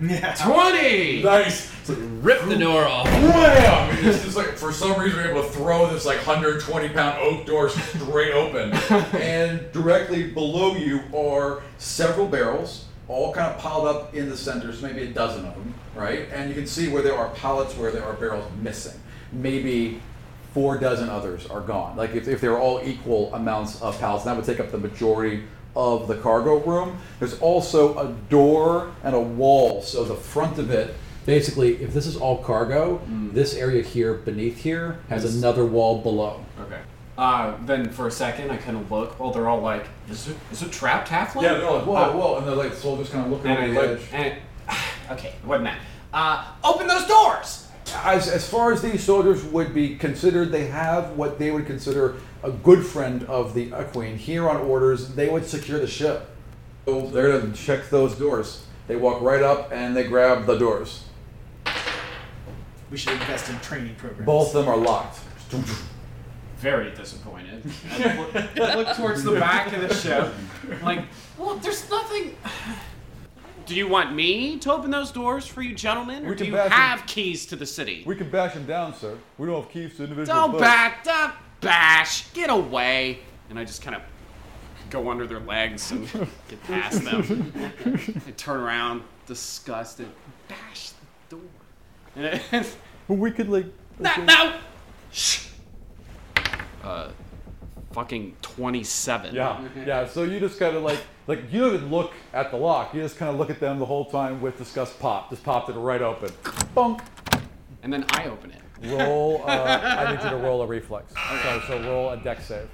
Speaker 10: Yeah.
Speaker 9: Twenty.
Speaker 1: Nice. So you rip the door off. Wham! And It's just like for some reason you're able to throw this like 120 pound oak door straight open, and directly below you are several barrels, all kind of piled up in the center. So maybe a dozen of them, right? And you can see where there are pallets where there are barrels missing. Maybe four dozen others are gone. Like if, if they were all equal amounts of pallets, that would take up the majority of the cargo room. There's also a door and a wall, so the front of it. Basically, if this is all cargo, this area here beneath here has
Speaker 9: Is-
Speaker 1: another wall below.
Speaker 9: Okay. Uh, then for a second, I kind of look. Well, they're all like, "Is it is it trapped halfling?"
Speaker 1: Yeah, they're like, whoa,
Speaker 9: Uh,
Speaker 1: whoa, and they're like soldiers kind of looking
Speaker 9: And
Speaker 1: over
Speaker 9: I
Speaker 1: the
Speaker 9: look.
Speaker 1: edge.
Speaker 9: And, okay, wasn't that? Uh, open those doors.
Speaker 1: As, as far as these soldiers would be considered, they have what they would consider a good friend of the Queen. Here on orders, they would secure the ship. So they're going to check those doors. They walk right up and they grab the doors.
Speaker 10: we should invest in training programs.
Speaker 1: Both of them are locked.
Speaker 9: Very disappointed. I look, look towards the back of the ship. Like, well, there's nothing. Do you want me to open those doors for you, gentlemen, or
Speaker 1: We can
Speaker 9: do you
Speaker 1: bash 'em.
Speaker 9: have keys to the city?
Speaker 1: We can bash them down, sir. We don't have keys to individual
Speaker 9: Don't
Speaker 1: boats.
Speaker 9: back, don't bash. Get away. And I just kind of go under their legs and get past them. I turn around, disgusted. Bash the door. And it,
Speaker 1: But we could like.
Speaker 9: No, no. Shh. Uh, fucking twenty-seven.
Speaker 1: Yeah, yeah. So you just kind of like, like you don't even look at the lock. You just kind of look at them the whole time with disgust. Pop, just popped it right open. Bonk.
Speaker 9: And then I open it.
Speaker 1: Roll. Uh, I need you to roll a reflex. So, so roll a deck save.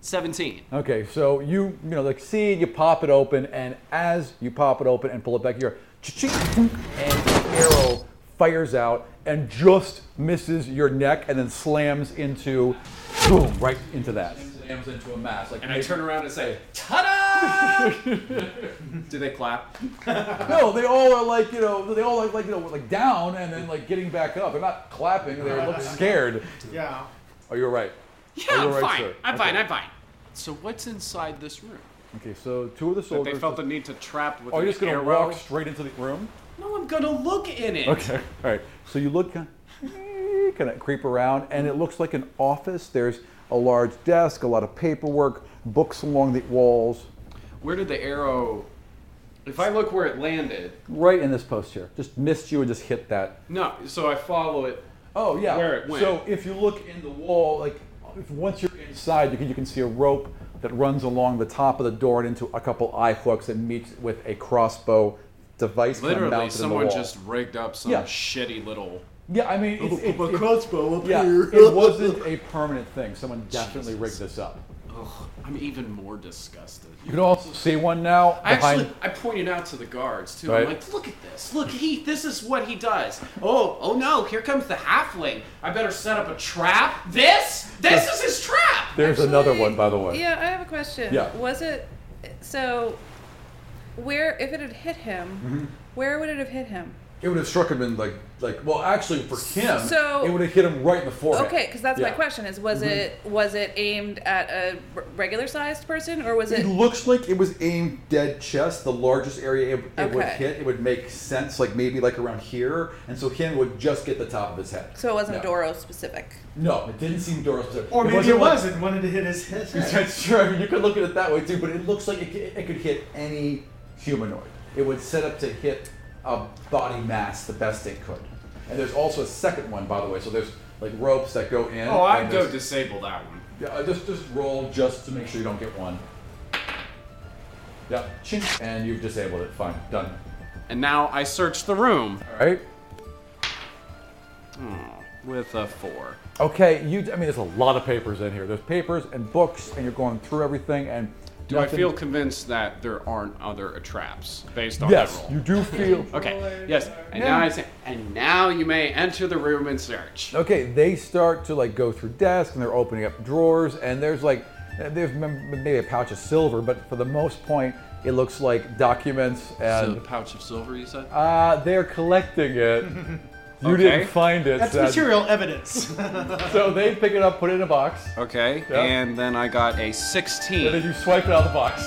Speaker 9: Seventeen.
Speaker 1: Okay, so you you know like see you pop it open, and as you pop it open and pull it back, you're cha-ching, boom, and the arrow fires out and just misses your neck, and then slams into, boom, right into that. Slams into a mass. Like
Speaker 9: and I turn around and say, "Ta-da!" Do they clap?
Speaker 1: No, they all are like you know they all like like you know like down and then like getting back up. They're not clapping. They look scared.
Speaker 10: Yeah.
Speaker 1: Are you right?
Speaker 9: Yeah,
Speaker 1: Are you
Speaker 9: I'm
Speaker 1: all right,
Speaker 9: fine.
Speaker 1: sir?
Speaker 9: I'm
Speaker 1: Okay.
Speaker 9: fine. I'm fine. So what's inside this room?
Speaker 1: Okay, so two of the
Speaker 9: That
Speaker 1: soldiers.
Speaker 9: they felt the need to trap with
Speaker 1: are
Speaker 9: an
Speaker 1: you Oh, just gonna
Speaker 9: arrow.
Speaker 1: walk straight into the room?
Speaker 9: No, I'm gonna look in it.
Speaker 1: Okay. All right. So you look kind of, kind of creep around, and it looks like an office. There's a large desk, a lot of paperwork, books along the walls,
Speaker 9: Where did the arrow? If I look where it landed,
Speaker 1: right in this post here. Just missed you and just hit that.
Speaker 9: no. So I follow it.
Speaker 1: Oh yeah.
Speaker 9: Where it went.
Speaker 1: So if you look in the wall, like if once you're inside, you can, you can see a rope that runs along the top of the door and into a couple eye hooks and meets with a crossbow device kind of
Speaker 9: literally,
Speaker 1: mounted in
Speaker 9: someone
Speaker 1: the wall.
Speaker 9: just rigged up some
Speaker 1: Yeah.
Speaker 9: shitty little.
Speaker 1: Yeah, I mean, it's, it, it-
Speaker 9: crossbow up
Speaker 1: yeah,
Speaker 9: here.
Speaker 1: it wasn't a permanent thing. Someone definitely
Speaker 9: Jesus.
Speaker 1: rigged this up.
Speaker 9: Ugh, I'm even more disgusted.
Speaker 1: You can also see one now
Speaker 9: I
Speaker 1: behind.
Speaker 9: actually, I pointed out to the guards too.
Speaker 1: Right.
Speaker 9: I'm like, look at this. Look, he. This is what he does. Oh, oh no! Here comes the halfling. I better set up a trap. This, this is his trap.
Speaker 1: There's another one, by the way.
Speaker 3: Yeah, I have a question.
Speaker 1: Yeah.
Speaker 3: Was it so? Where, if it had hit him, where would it have hit him?
Speaker 1: It would have struck him in like, like. Well, actually, for him,
Speaker 3: So-
Speaker 1: it would have hit him right in the forehead.
Speaker 3: Okay, because that's my
Speaker 1: Yeah.
Speaker 3: question: is was
Speaker 1: Mhm.
Speaker 3: it was it aimed at a regular sized person, or was it?
Speaker 1: It looks like it was aimed dead chest, the largest area it, it would
Speaker 3: Okay.
Speaker 1: hit. It would make sense, like maybe like around here, and so him would just get the top of his head.
Speaker 3: So it wasn't
Speaker 1: no.
Speaker 3: Doro specific.
Speaker 1: No, it didn't seem Doro specific.
Speaker 10: Or maybe it
Speaker 1: wasn't like-
Speaker 10: was and wanted to hit his head.
Speaker 1: That's true. I mean, you could look at it that way too, but it looks like it, c- it could hit any humanoid. It would set up to hit a body mass the best it could. And there's also a second one, by the way. So there's like ropes that go in.
Speaker 9: Oh, I'd
Speaker 1: and
Speaker 9: go
Speaker 1: there's-
Speaker 9: disable that one.
Speaker 1: Yeah, uh, just just roll just to make sure you don't get one. Yeah, chink, and you've disabled it. Fine, done.
Speaker 9: And now I search the room.
Speaker 1: All right.
Speaker 9: with a four.
Speaker 1: Okay, you. I mean, there's a lot of papers in here. There's papers and books, and you're going through everything. And
Speaker 9: Do I feel convinced that there aren't other traps based on
Speaker 1: Yes,
Speaker 9: that roll?
Speaker 1: you do feel.
Speaker 9: Okay. Yes. And now I say, and now you may enter the room and search.
Speaker 1: Okay, they start to like go through desks and they're opening up drawers and there's like there's m- maybe a pouch of silver, but for the most point, it looks like documents
Speaker 9: so
Speaker 1: and
Speaker 9: the pouch of silver, you said.
Speaker 1: uh, they're collecting it. You
Speaker 9: Okay.
Speaker 1: didn't find it.
Speaker 10: That's
Speaker 1: sad-
Speaker 10: material evidence.
Speaker 1: So they pick it up, put it in a box,
Speaker 9: Okay.
Speaker 1: Yeah.
Speaker 9: And then I got a
Speaker 1: and
Speaker 9: sixteen.
Speaker 1: then you swipe it out of the box.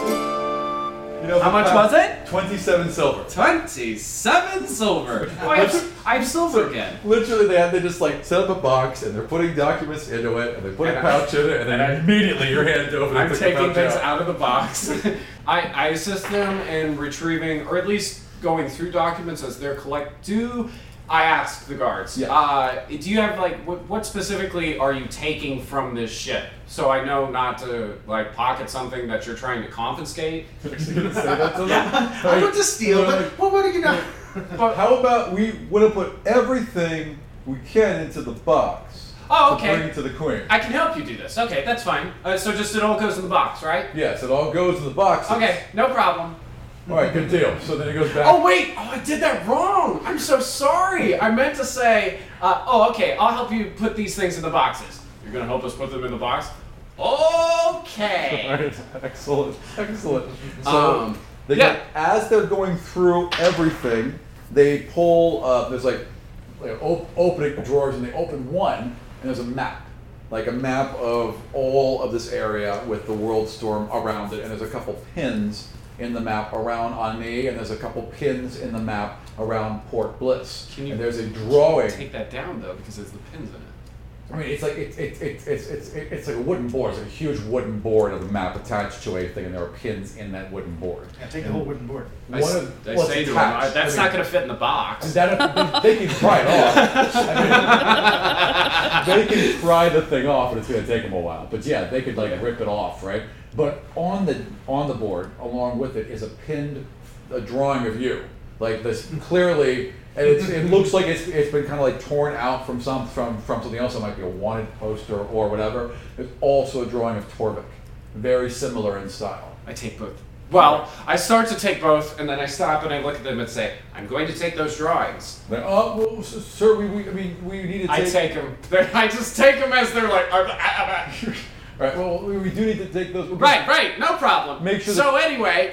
Speaker 1: You know,
Speaker 9: How much
Speaker 1: uh,
Speaker 9: was it?
Speaker 1: Twenty-seven silver.
Speaker 9: Twenty-seven silver. Oh, I have, I have silver again.
Speaker 1: Literally, they had they just like set up a box and they're putting documents into it and they put a
Speaker 9: And I-
Speaker 1: pouch in it and then
Speaker 9: and I-
Speaker 1: immediately your hand over.
Speaker 9: I'm taking things out of the box. I, I assist them in retrieving, or at least going through documents as they're collect. Do I ask the guards?
Speaker 1: Yeah.
Speaker 9: Uh, do you have like what, what specifically are you taking from this ship? So I know not to like pocket something that you're trying to confiscate.
Speaker 10: I want to steal, but what would you know?
Speaker 1: But how about we want to put everything we can into the box?
Speaker 9: Oh,
Speaker 1: To
Speaker 9: okay.
Speaker 1: bring it to the queen.
Speaker 9: I can help you do this. Okay, that's fine. Uh, so just it all goes in the box, right?
Speaker 1: Yes, it all goes in the box.
Speaker 9: Okay, no problem.
Speaker 1: All right, good deal. So then it goes back.
Speaker 9: Oh wait! Oh, I did that wrong. I'm so sorry. I meant to say, uh, oh, okay. I'll help you put these things in the boxes. You're gonna help us put them in the box?
Speaker 1: Alright, excellent, excellent. So
Speaker 5: Um,
Speaker 1: they
Speaker 5: yeah.
Speaker 1: go- as they're going through everything, they pull. Uh, there's like, like op- opening drawers, and they open one, and there's a map, like a map of all of this area with the world storm around it, and there's a couple pins in the map around Ani, and there's a couple pins in the map around Port Bliss. Can you and there's a drawing.
Speaker 9: Take that down though, because there's the pins in it.
Speaker 1: I mean, it's like it's it's it's it's it's, it's like a wooden board. It's like a huge wooden board of a map attached to a thing, and there are pins in that wooden board.
Speaker 10: Yeah, take the whole wooden board.
Speaker 1: One of,
Speaker 15: I
Speaker 1: well, it's
Speaker 15: say to him,
Speaker 1: attached.
Speaker 15: I, that's
Speaker 1: I
Speaker 15: not going to fit in the box.
Speaker 1: mean, that they, they can pry it off. I mean, they can pry the thing off, and it's going to take them a while. But yeah, they could like rip it off, right? But on the on the board, along with it, is a pinned a drawing of you, like this clearly. And it's, it looks like it's, it's been kind of like torn out from some from, from something else. It might be a wanted poster or whatever. There's also a drawing of Torvik, very similar in style.
Speaker 9: I take both. Well, I start to take both, and then I stop and I look at them and say, "I'm going to take those drawings."
Speaker 1: Like, oh, well, s- sir, we, we, I mean, we need to take.
Speaker 9: I take them. I just take them as they're like. "Ah, ah, ah."
Speaker 1: Right, well, we we do need to take those.
Speaker 9: right, right, no problem.
Speaker 1: Make sure
Speaker 9: So
Speaker 1: that-
Speaker 9: anyway,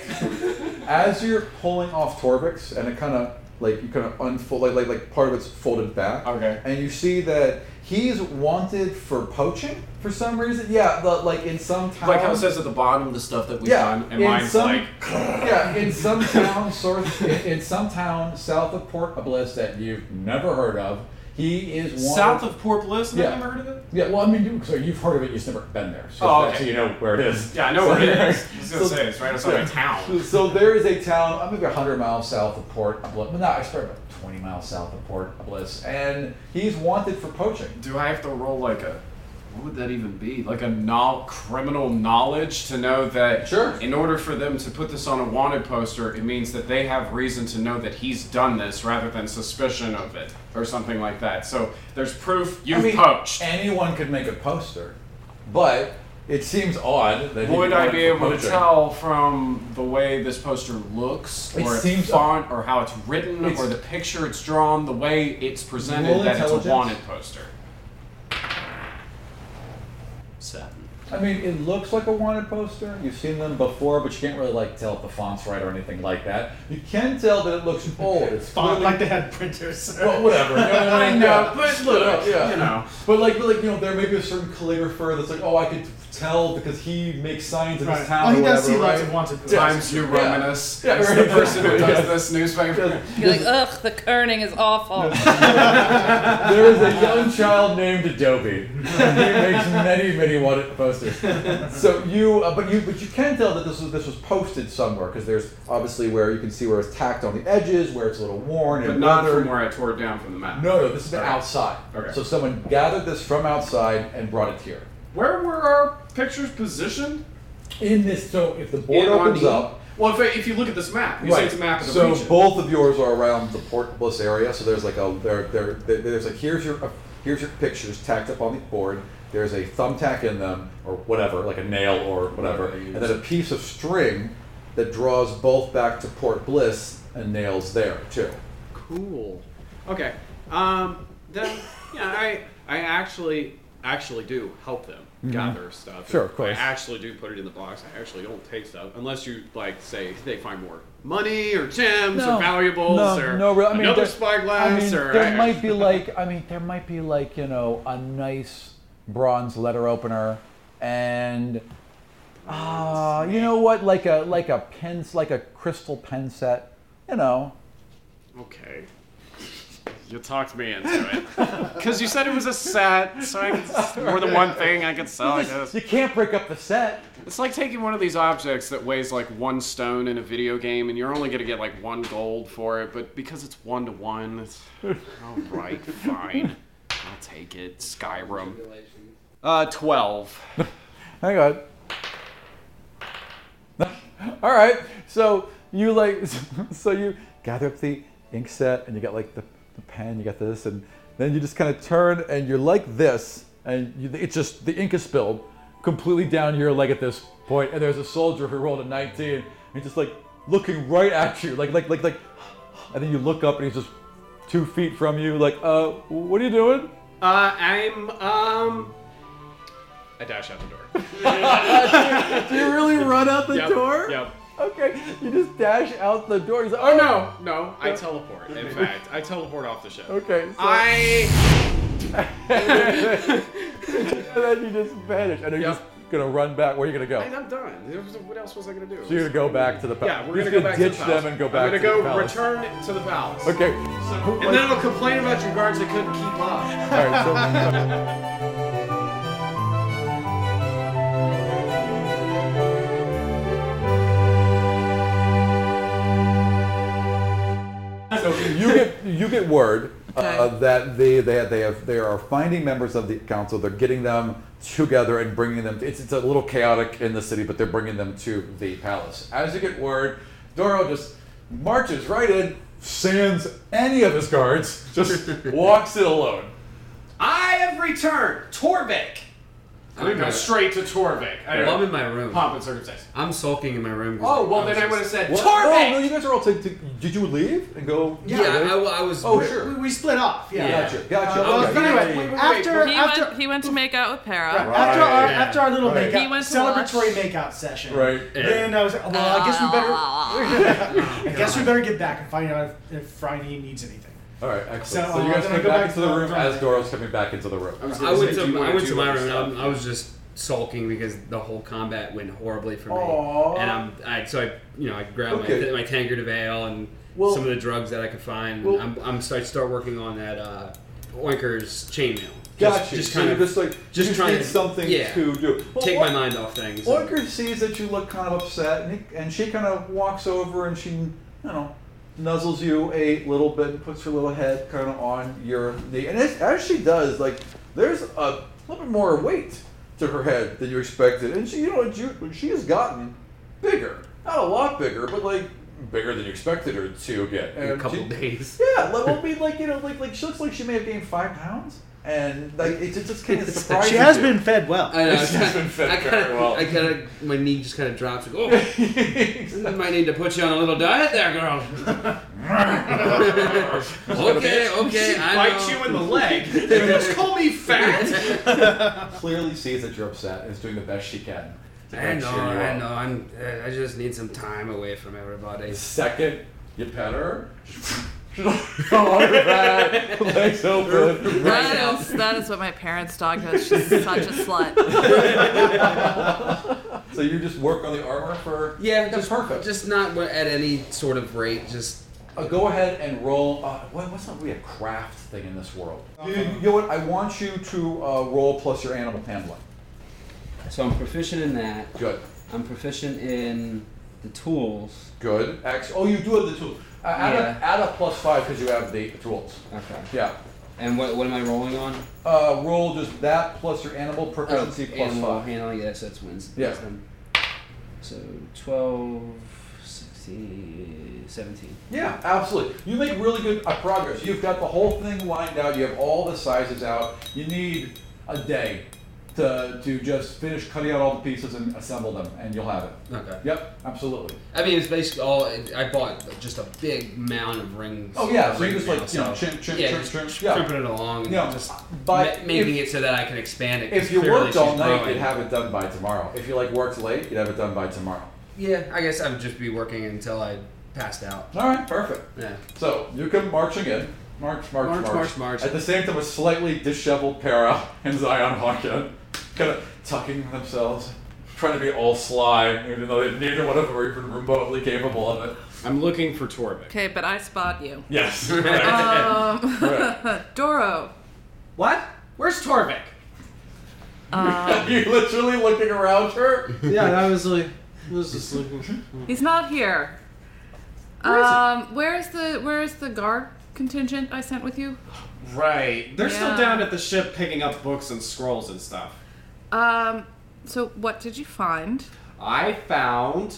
Speaker 1: As you're pulling off Torvix, and it kind of like you kind of unfold, like, like like part of it's folded back. Okay. And you see that he's wanted for poaching for some reason. Yeah, the, like in some town.
Speaker 15: Like how it says at the bottom the stuff that we've
Speaker 1: yeah,
Speaker 15: done, and
Speaker 1: in
Speaker 15: mine's
Speaker 1: some,
Speaker 15: like,
Speaker 1: yeah, in some town, south, in, in some town south of Port Bliss that you've never heard of, he is wanted.
Speaker 15: south of Port Bliss, and
Speaker 1: Yeah.
Speaker 15: I've never heard of it?
Speaker 1: Yeah, well, I mean, you, so you've heard of it, you've just never been there. So,
Speaker 15: Oh, okay.
Speaker 1: so you know where it is.
Speaker 15: Yeah, I know
Speaker 1: So-
Speaker 15: where it is. I was gonna say, it's right outside my town.
Speaker 1: So there is a town, uh, maybe 100 miles south of Port Bliss. Well, no, I started about 20 miles south of Port Bliss, and he's wanted for poaching.
Speaker 9: do I have to roll like a? What would that even be? Like a no- criminal knowledge to know that? Sure. In order for them to put this on a wanted poster, it means that they have reason to know that he's done this, rather than suspicion of it or something like that. So there's
Speaker 1: I
Speaker 9: proof you've
Speaker 1: mean,
Speaker 9: poached.
Speaker 1: Anyone could make a poster, but it seems odd that he
Speaker 9: Would I
Speaker 1: wanted
Speaker 9: be
Speaker 1: for
Speaker 9: able to
Speaker 1: poaching.
Speaker 9: tell from the way this poster looks,
Speaker 1: It
Speaker 9: or its
Speaker 1: seems-
Speaker 9: font, or how it's written,
Speaker 1: It's-
Speaker 9: or the picture it's drawn, the way it's presented,
Speaker 1: Roll
Speaker 9: that it's a
Speaker 1: intelligence.
Speaker 9: wanted poster?
Speaker 15: Seven.
Speaker 1: I mean, it looks like a wanted poster. You've seen them before, but you can't really like tell if the font's right or anything like that. You can tell that it looks old. It's
Speaker 10: Font,
Speaker 1: clearly-
Speaker 10: like they had printers.
Speaker 1: Well, whatever. You know what Oh. I mean? Yeah. Yeah.
Speaker 10: yeah.
Speaker 1: But like, but like, you know, there may be a certain calligrapher that's like, oh, I could tell because he makes signs in
Speaker 10: Right.
Speaker 1: his town.
Speaker 9: Oh,
Speaker 10: Well, he
Speaker 1: or
Speaker 10: does
Speaker 1: whatever,
Speaker 10: see lots
Speaker 1: right?
Speaker 10: of wanted posts.
Speaker 9: Times New
Speaker 1: Yeah.
Speaker 9: Romanus
Speaker 1: Yeah,
Speaker 9: is
Speaker 1: right.
Speaker 9: the person who does
Speaker 1: Yes.
Speaker 9: this newspaper.
Speaker 3: You're like, ugh, the kerning is awful.
Speaker 1: there is a young child named Adobe. he makes many, many wanted posters. So you, uh, but you, but you can tell that this was this was posted somewhere because there's obviously where you can see where it's tacked on the edges, where it's a little worn
Speaker 9: But
Speaker 1: and
Speaker 9: not
Speaker 1: weathered.
Speaker 9: from where I tore it down from the map.
Speaker 1: No, no, this is the
Speaker 9: Okay.
Speaker 1: outside.
Speaker 9: Okay.
Speaker 1: So someone gathered this from outside and brought it here.
Speaker 9: Where were our pictures positioned?
Speaker 1: In this, so if the board
Speaker 9: In on
Speaker 1: opens
Speaker 9: the-
Speaker 1: up.
Speaker 9: Well, if, if you look at this map, you see it's a map of the
Speaker 1: so
Speaker 9: region.
Speaker 1: both of yours are around the Port Bliss area. So there's like a there, there there- there's like here's your uh, here's your pictures tacked up on the board. There's a thumbtack in them or whatever, like a nail or whatever, and then a piece of string that draws both back to Port Bliss and nails there too.
Speaker 15: Cool. Okay. Um, then, yeah, I, I actually actually do help them
Speaker 1: Mhm.
Speaker 15: gather stuff.
Speaker 1: Sure, of course.
Speaker 15: I actually do put it in the box. I actually don't take stuff unless you like say they find more money or gems or valuables
Speaker 1: no,
Speaker 15: or
Speaker 1: no, real- I mean,
Speaker 15: another
Speaker 1: there-
Speaker 15: spyglass
Speaker 1: I mean,
Speaker 15: or
Speaker 1: there
Speaker 15: I-
Speaker 1: might be like I mean there might be like you know a nice bronze letter opener and uh, you know what like a like a pen like a crystal pen set you know
Speaker 15: Okay. You talked me into it. Because you said it was a set, so I could, more than one thing I could sell, I guess.
Speaker 1: you can't break up the set.
Speaker 9: It's like taking one of these objects that weighs like one stone in a video game, and you're only going to get like one gold for it, but because it's one to one, it's. Alright, fine. I'll take it. Skyrim. Uh, 12.
Speaker 1: Hang on. All right. So you like, so you gather up the ink set and you got like the, the pen, you got this, and then you just kind of turn and you're like this, and you, it's just the ink is spilled completely down your leg at this point, and there's a soldier who rolled a 19 and just like looking right at you, like like like like, and then you look up and he's just two feet from you, like, uh, what are you doing?
Speaker 15: Uh, I'm, um. I dash out the door.
Speaker 1: Do you really run out the
Speaker 15: Yep,
Speaker 1: door?
Speaker 15: Yep.
Speaker 1: Okay, you just dash out the door. He's like,
Speaker 15: Oh no, no, I teleport. In fact, I teleport off the ship.
Speaker 1: Okay. So...
Speaker 15: I.
Speaker 1: and then you just vanish, and you're
Speaker 15: Yep.
Speaker 1: just gonna run back. Where are you gonna go?
Speaker 15: And I'm done. There was- What else was I gonna do?
Speaker 1: So you're gonna go back to the palace.
Speaker 15: Yeah, we're
Speaker 1: You're
Speaker 15: gonna
Speaker 1: just
Speaker 15: go back
Speaker 1: ditch
Speaker 15: to the palace.
Speaker 1: them and go
Speaker 15: I'm
Speaker 1: back
Speaker 15: gonna
Speaker 1: to
Speaker 15: go
Speaker 1: the palace.
Speaker 15: return to the palace.
Speaker 1: Okay.
Speaker 15: So, and then I'll complain about your guards that couldn't keep up.
Speaker 1: All right, so- So you get you get word uh, that they they have, they have they are finding members of the council. They're getting them together and bringing them. It's it's a little chaotic in the city, but they're bringing them to the palace. As you get word, Doro just marches right in, sands any of his guards, just walks it alone.
Speaker 15: I have returned, Torvik. We go straight to Torvik. I
Speaker 5: Well, I'm in my room.
Speaker 15: Pomp and circumstance.
Speaker 5: I'm sulking in my room. 'cause
Speaker 15: Oh well,
Speaker 5: I'm
Speaker 15: then I
Speaker 5: just-
Speaker 15: would have said
Speaker 1: What?
Speaker 15: Torvik.
Speaker 1: Oh, no, you guys are all. T- t- did you leave and go?
Speaker 5: Yeah, I, I was.
Speaker 1: Oh sure.
Speaker 10: We, we split off. Yeah.
Speaker 1: Gotcha. Gotcha.
Speaker 10: Uh,
Speaker 1: okay.
Speaker 10: but anyway,
Speaker 1: Wait, wait, wait.
Speaker 10: after
Speaker 3: he,
Speaker 10: after
Speaker 3: went, he went to make out with Para.
Speaker 10: after our after our little
Speaker 1: Right.
Speaker 3: He
Speaker 10: makeout
Speaker 3: went to
Speaker 10: celebratory makeout session.
Speaker 1: Right.
Speaker 10: Then I was like,
Speaker 6: Uh,
Speaker 10: well, I guess we better I guess we better get back and find out if, if Franny needs anything.
Speaker 1: All right, excellent. So,
Speaker 10: So,
Speaker 1: you
Speaker 10: uh,
Speaker 1: guys
Speaker 10: then
Speaker 1: come
Speaker 10: I go
Speaker 1: back
Speaker 10: back
Speaker 1: into
Speaker 10: to
Speaker 1: the
Speaker 10: the
Speaker 1: room
Speaker 10: drawing.
Speaker 1: as Doro's coming back into the room.
Speaker 9: was
Speaker 5: I
Speaker 9: gonna
Speaker 5: went
Speaker 9: say, do
Speaker 5: to
Speaker 9: you
Speaker 5: I
Speaker 9: wanna
Speaker 5: went
Speaker 9: do
Speaker 5: to my
Speaker 9: other
Speaker 5: room.
Speaker 9: stuff?
Speaker 5: and I, I was just sulking because the whole combat went horribly for me.
Speaker 1: Aw.
Speaker 5: And I'm I so I you know I grabbed
Speaker 1: Okay.
Speaker 5: my, my tankard of ale and
Speaker 1: Well-
Speaker 5: some of the drugs that I could find.
Speaker 1: Well-
Speaker 5: I'm I'm start start working on that uh, Oinker's chainmail.
Speaker 1: Gotcha.
Speaker 5: Just, just
Speaker 1: So
Speaker 5: kind
Speaker 1: you're
Speaker 5: of
Speaker 1: just like
Speaker 5: just
Speaker 1: you
Speaker 5: trying
Speaker 1: need
Speaker 5: to-
Speaker 1: something
Speaker 5: yeah,
Speaker 1: to do. Well,
Speaker 5: take
Speaker 1: Oink-
Speaker 5: my mind off things.
Speaker 1: Oinker sees that you look kind of upset, and, he, and she kind of walks over and she, you know, nuzzles you a little bit and puts her little head kind of on your knee. And as, as she does, like there's a little bit more weight to her head than you expected, and she, you know, you, she has gotten bigger. Not a lot bigger, but like bigger than you expected her to get.
Speaker 5: in a
Speaker 1: And
Speaker 5: couple
Speaker 1: she-
Speaker 5: days.
Speaker 1: yeah, like, well, I mean, like you know, like like she looks like she may have gained five pounds, and like it just, just kind of surprising.
Speaker 10: She has
Speaker 1: you.
Speaker 10: been fed well.
Speaker 5: I know.
Speaker 1: She's been fed
Speaker 5: I
Speaker 1: very
Speaker 5: kinda,
Speaker 1: well.
Speaker 5: I kind of, my knee just kind of drops. Like, oh, I might need to put you on a little diet there, girl. okay, okay,
Speaker 15: She
Speaker 5: I
Speaker 15: bites
Speaker 5: know.
Speaker 15: you in the leg. You just call me fat.
Speaker 1: Clearly sees that you're upset and is doing the best she can. to
Speaker 5: I
Speaker 1: kind of
Speaker 5: know,
Speaker 1: cheer you
Speaker 5: I
Speaker 1: up.
Speaker 5: know. I'm. uh, I just need some time away from everybody.
Speaker 1: The second you pet her, she's on her back, legs open.
Speaker 13: That is, that is what my parents' dog does. She's such a slut.
Speaker 1: So you just work on the armor for
Speaker 5: Yeah,
Speaker 1: That's
Speaker 5: just
Speaker 1: perfect.
Speaker 5: Just not wa- at any sort of rate. Just
Speaker 1: Uh, go ahead and roll. Uh, what, what's not really a craft thing in this world? You, you know what? I want you to uh, roll plus your animal handling.
Speaker 5: so I'm proficient in that.
Speaker 1: Good.
Speaker 5: I'm proficient in the tools.
Speaker 1: Good. Ex- oh, you do have the tools. Uh, add,
Speaker 5: Yeah.
Speaker 1: a, add a plus five because you have the tools.
Speaker 5: Okay.
Speaker 1: Yeah.
Speaker 5: And what what am I rolling on?
Speaker 1: Uh, roll just that plus your animal proficiency plus
Speaker 5: Oh, animal
Speaker 1: five.
Speaker 5: handling. Yes, that's wins.
Speaker 1: Yeah.
Speaker 5: Wisdom. So 12, 16, 17.
Speaker 1: Yeah, absolutely. You make really good uh, progress. You've got the whole thing lined out. You have all the sizes out. You need a day to, to just finish cutting out all the pieces and assemble them, and you'll have it.
Speaker 5: Okay.
Speaker 1: Yep, absolutely.
Speaker 5: I mean, it's basically all. I bought just a big mound of rings.
Speaker 1: Oh, yeah, so you
Speaker 5: Ring
Speaker 1: just, like,
Speaker 5: mail,
Speaker 1: you know,
Speaker 5: so-
Speaker 1: chimp, chimp,
Speaker 5: yeah,
Speaker 1: chimp,
Speaker 5: just
Speaker 1: chimp, yeah.
Speaker 5: crimping it along, and
Speaker 1: Yeah,
Speaker 5: just
Speaker 1: but
Speaker 5: ma- making
Speaker 1: if-
Speaker 5: it so that I can expand it. 'cause
Speaker 1: If you
Speaker 5: clearly
Speaker 1: worked all
Speaker 5: she's
Speaker 1: night,
Speaker 5: growing.
Speaker 1: you'd have it done by tomorrow. If you like worked late, you'd have it done by tomorrow.
Speaker 5: yeah, I guess I would just be working until I passed out.
Speaker 1: All right, perfect.
Speaker 5: Yeah.
Speaker 1: So you come marching in. March, march, march.
Speaker 5: March, march, march.
Speaker 1: At the same time, a slightly disheveled Para and Zion walk in, kind of tucking themselves, trying to be all sly, even though they- neither one of them are even remotely capable of it.
Speaker 15: I'm looking for Torvik.
Speaker 13: Okay, but I spot you.
Speaker 1: Yes.
Speaker 13: Um,
Speaker 1: Right.
Speaker 13: Doro.
Speaker 15: What? Where's Torvik?
Speaker 13: Um,
Speaker 1: You're literally looking around her.
Speaker 6: Yeah, I was like, I was just looking.
Speaker 13: he's not here.
Speaker 15: Where
Speaker 3: Uh,
Speaker 15: is he?
Speaker 13: um, where is the where is the guard contingent I sent with you?
Speaker 15: Right.
Speaker 9: They're
Speaker 13: Yeah.
Speaker 9: still down at the ship picking up books and scrolls and stuff.
Speaker 13: Um, so what did you find?
Speaker 9: I found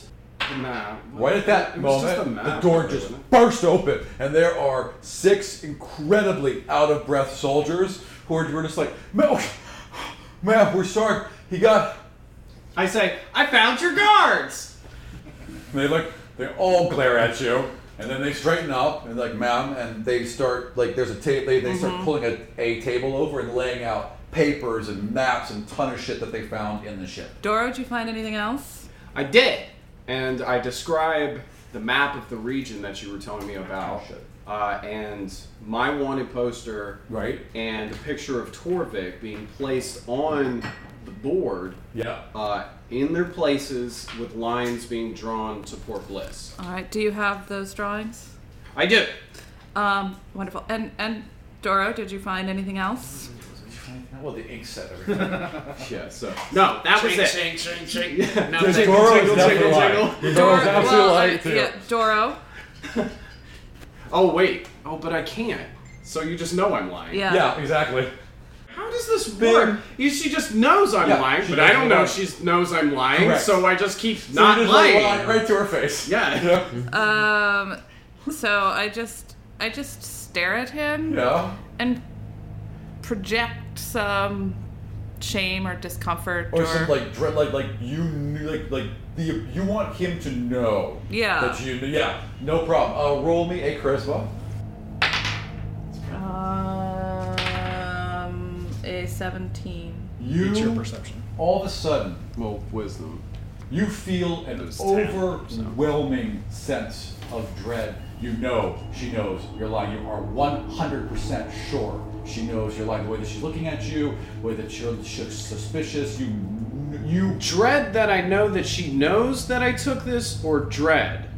Speaker 9: the map.
Speaker 1: Right at that
Speaker 9: It was just
Speaker 1: moment,
Speaker 9: a
Speaker 1: the
Speaker 9: map,
Speaker 1: door
Speaker 9: really,
Speaker 1: just
Speaker 9: wasn't
Speaker 1: burst open, and there are six incredibly out of breath soldiers who are were just like, "Ma'am, ma'am, we're sorry. He got."
Speaker 15: I say, I found your guards.
Speaker 1: And they look, they all glare at you, and then they straighten up
Speaker 9: Mm-hmm.
Speaker 1: and like, ma'am, and they start like there's a table. They, they start pulling a, a table over and laying out papers and maps and ton of shit that they found in the ship.
Speaker 13: Dora, did you find anything else?
Speaker 9: I did, and I describe the map of the region that you were telling me about, uh, and my wanted poster,
Speaker 1: Right.
Speaker 9: and a picture of Torvik being placed on the board,
Speaker 1: Yeah.
Speaker 9: uh, in their places with lines being drawn to Port Bliss.
Speaker 4: Oh.
Speaker 13: All right. Do you have those drawings?
Speaker 9: I do.
Speaker 13: Um, wonderful. And and Doro, did you find anything else?
Speaker 1: Well, the ink set everything.
Speaker 9: yeah. So no, that was
Speaker 4: Shake,
Speaker 9: it.
Speaker 4: shake, shake, shake.
Speaker 9: Yeah.
Speaker 4: No,
Speaker 9: Doro
Speaker 4: thank you.
Speaker 9: is
Speaker 4: Jingle,
Speaker 9: definitely
Speaker 4: jingle,
Speaker 9: lying.
Speaker 4: jingle.
Speaker 9: Doro's absolutely
Speaker 13: well,
Speaker 9: lying,
Speaker 13: uh,
Speaker 9: too.
Speaker 13: Yeah, Doro.
Speaker 9: Oh wait. Oh, but I can't. So you just know I'm lying.
Speaker 13: Yeah. Yeah,
Speaker 9: exactly. How does this work? You, she just knows I'm
Speaker 1: Yeah,
Speaker 9: lying,
Speaker 1: she
Speaker 9: but I
Speaker 1: doesn't
Speaker 9: don't know
Speaker 1: lie.
Speaker 9: she knows I'm lying,
Speaker 1: Correct.
Speaker 9: so I just keep
Speaker 1: So
Speaker 9: not
Speaker 1: you just, like,
Speaker 9: lying.
Speaker 1: lie right to her face.
Speaker 9: Yeah.
Speaker 13: Um, so I just I just stare at him.
Speaker 1: Yeah.
Speaker 13: And project some shame or discomfort
Speaker 1: Or some like dread, like like you knew, like like the you want him to know.
Speaker 13: Yeah.
Speaker 1: That you yeah no problem. Uh, roll me a charisma.
Speaker 13: um a seventeen.
Speaker 1: You
Speaker 13: It's your
Speaker 1: perception. All of a sudden, well, wisdom. You feel an
Speaker 13: ten,
Speaker 1: overwhelming sense of dread. You know she knows you're lying. You are 100% sure she knows you're lying. The way that she's looking at you, the way that you're she's suspicious. You you
Speaker 9: dread that I know that she knows that I took this, or dread.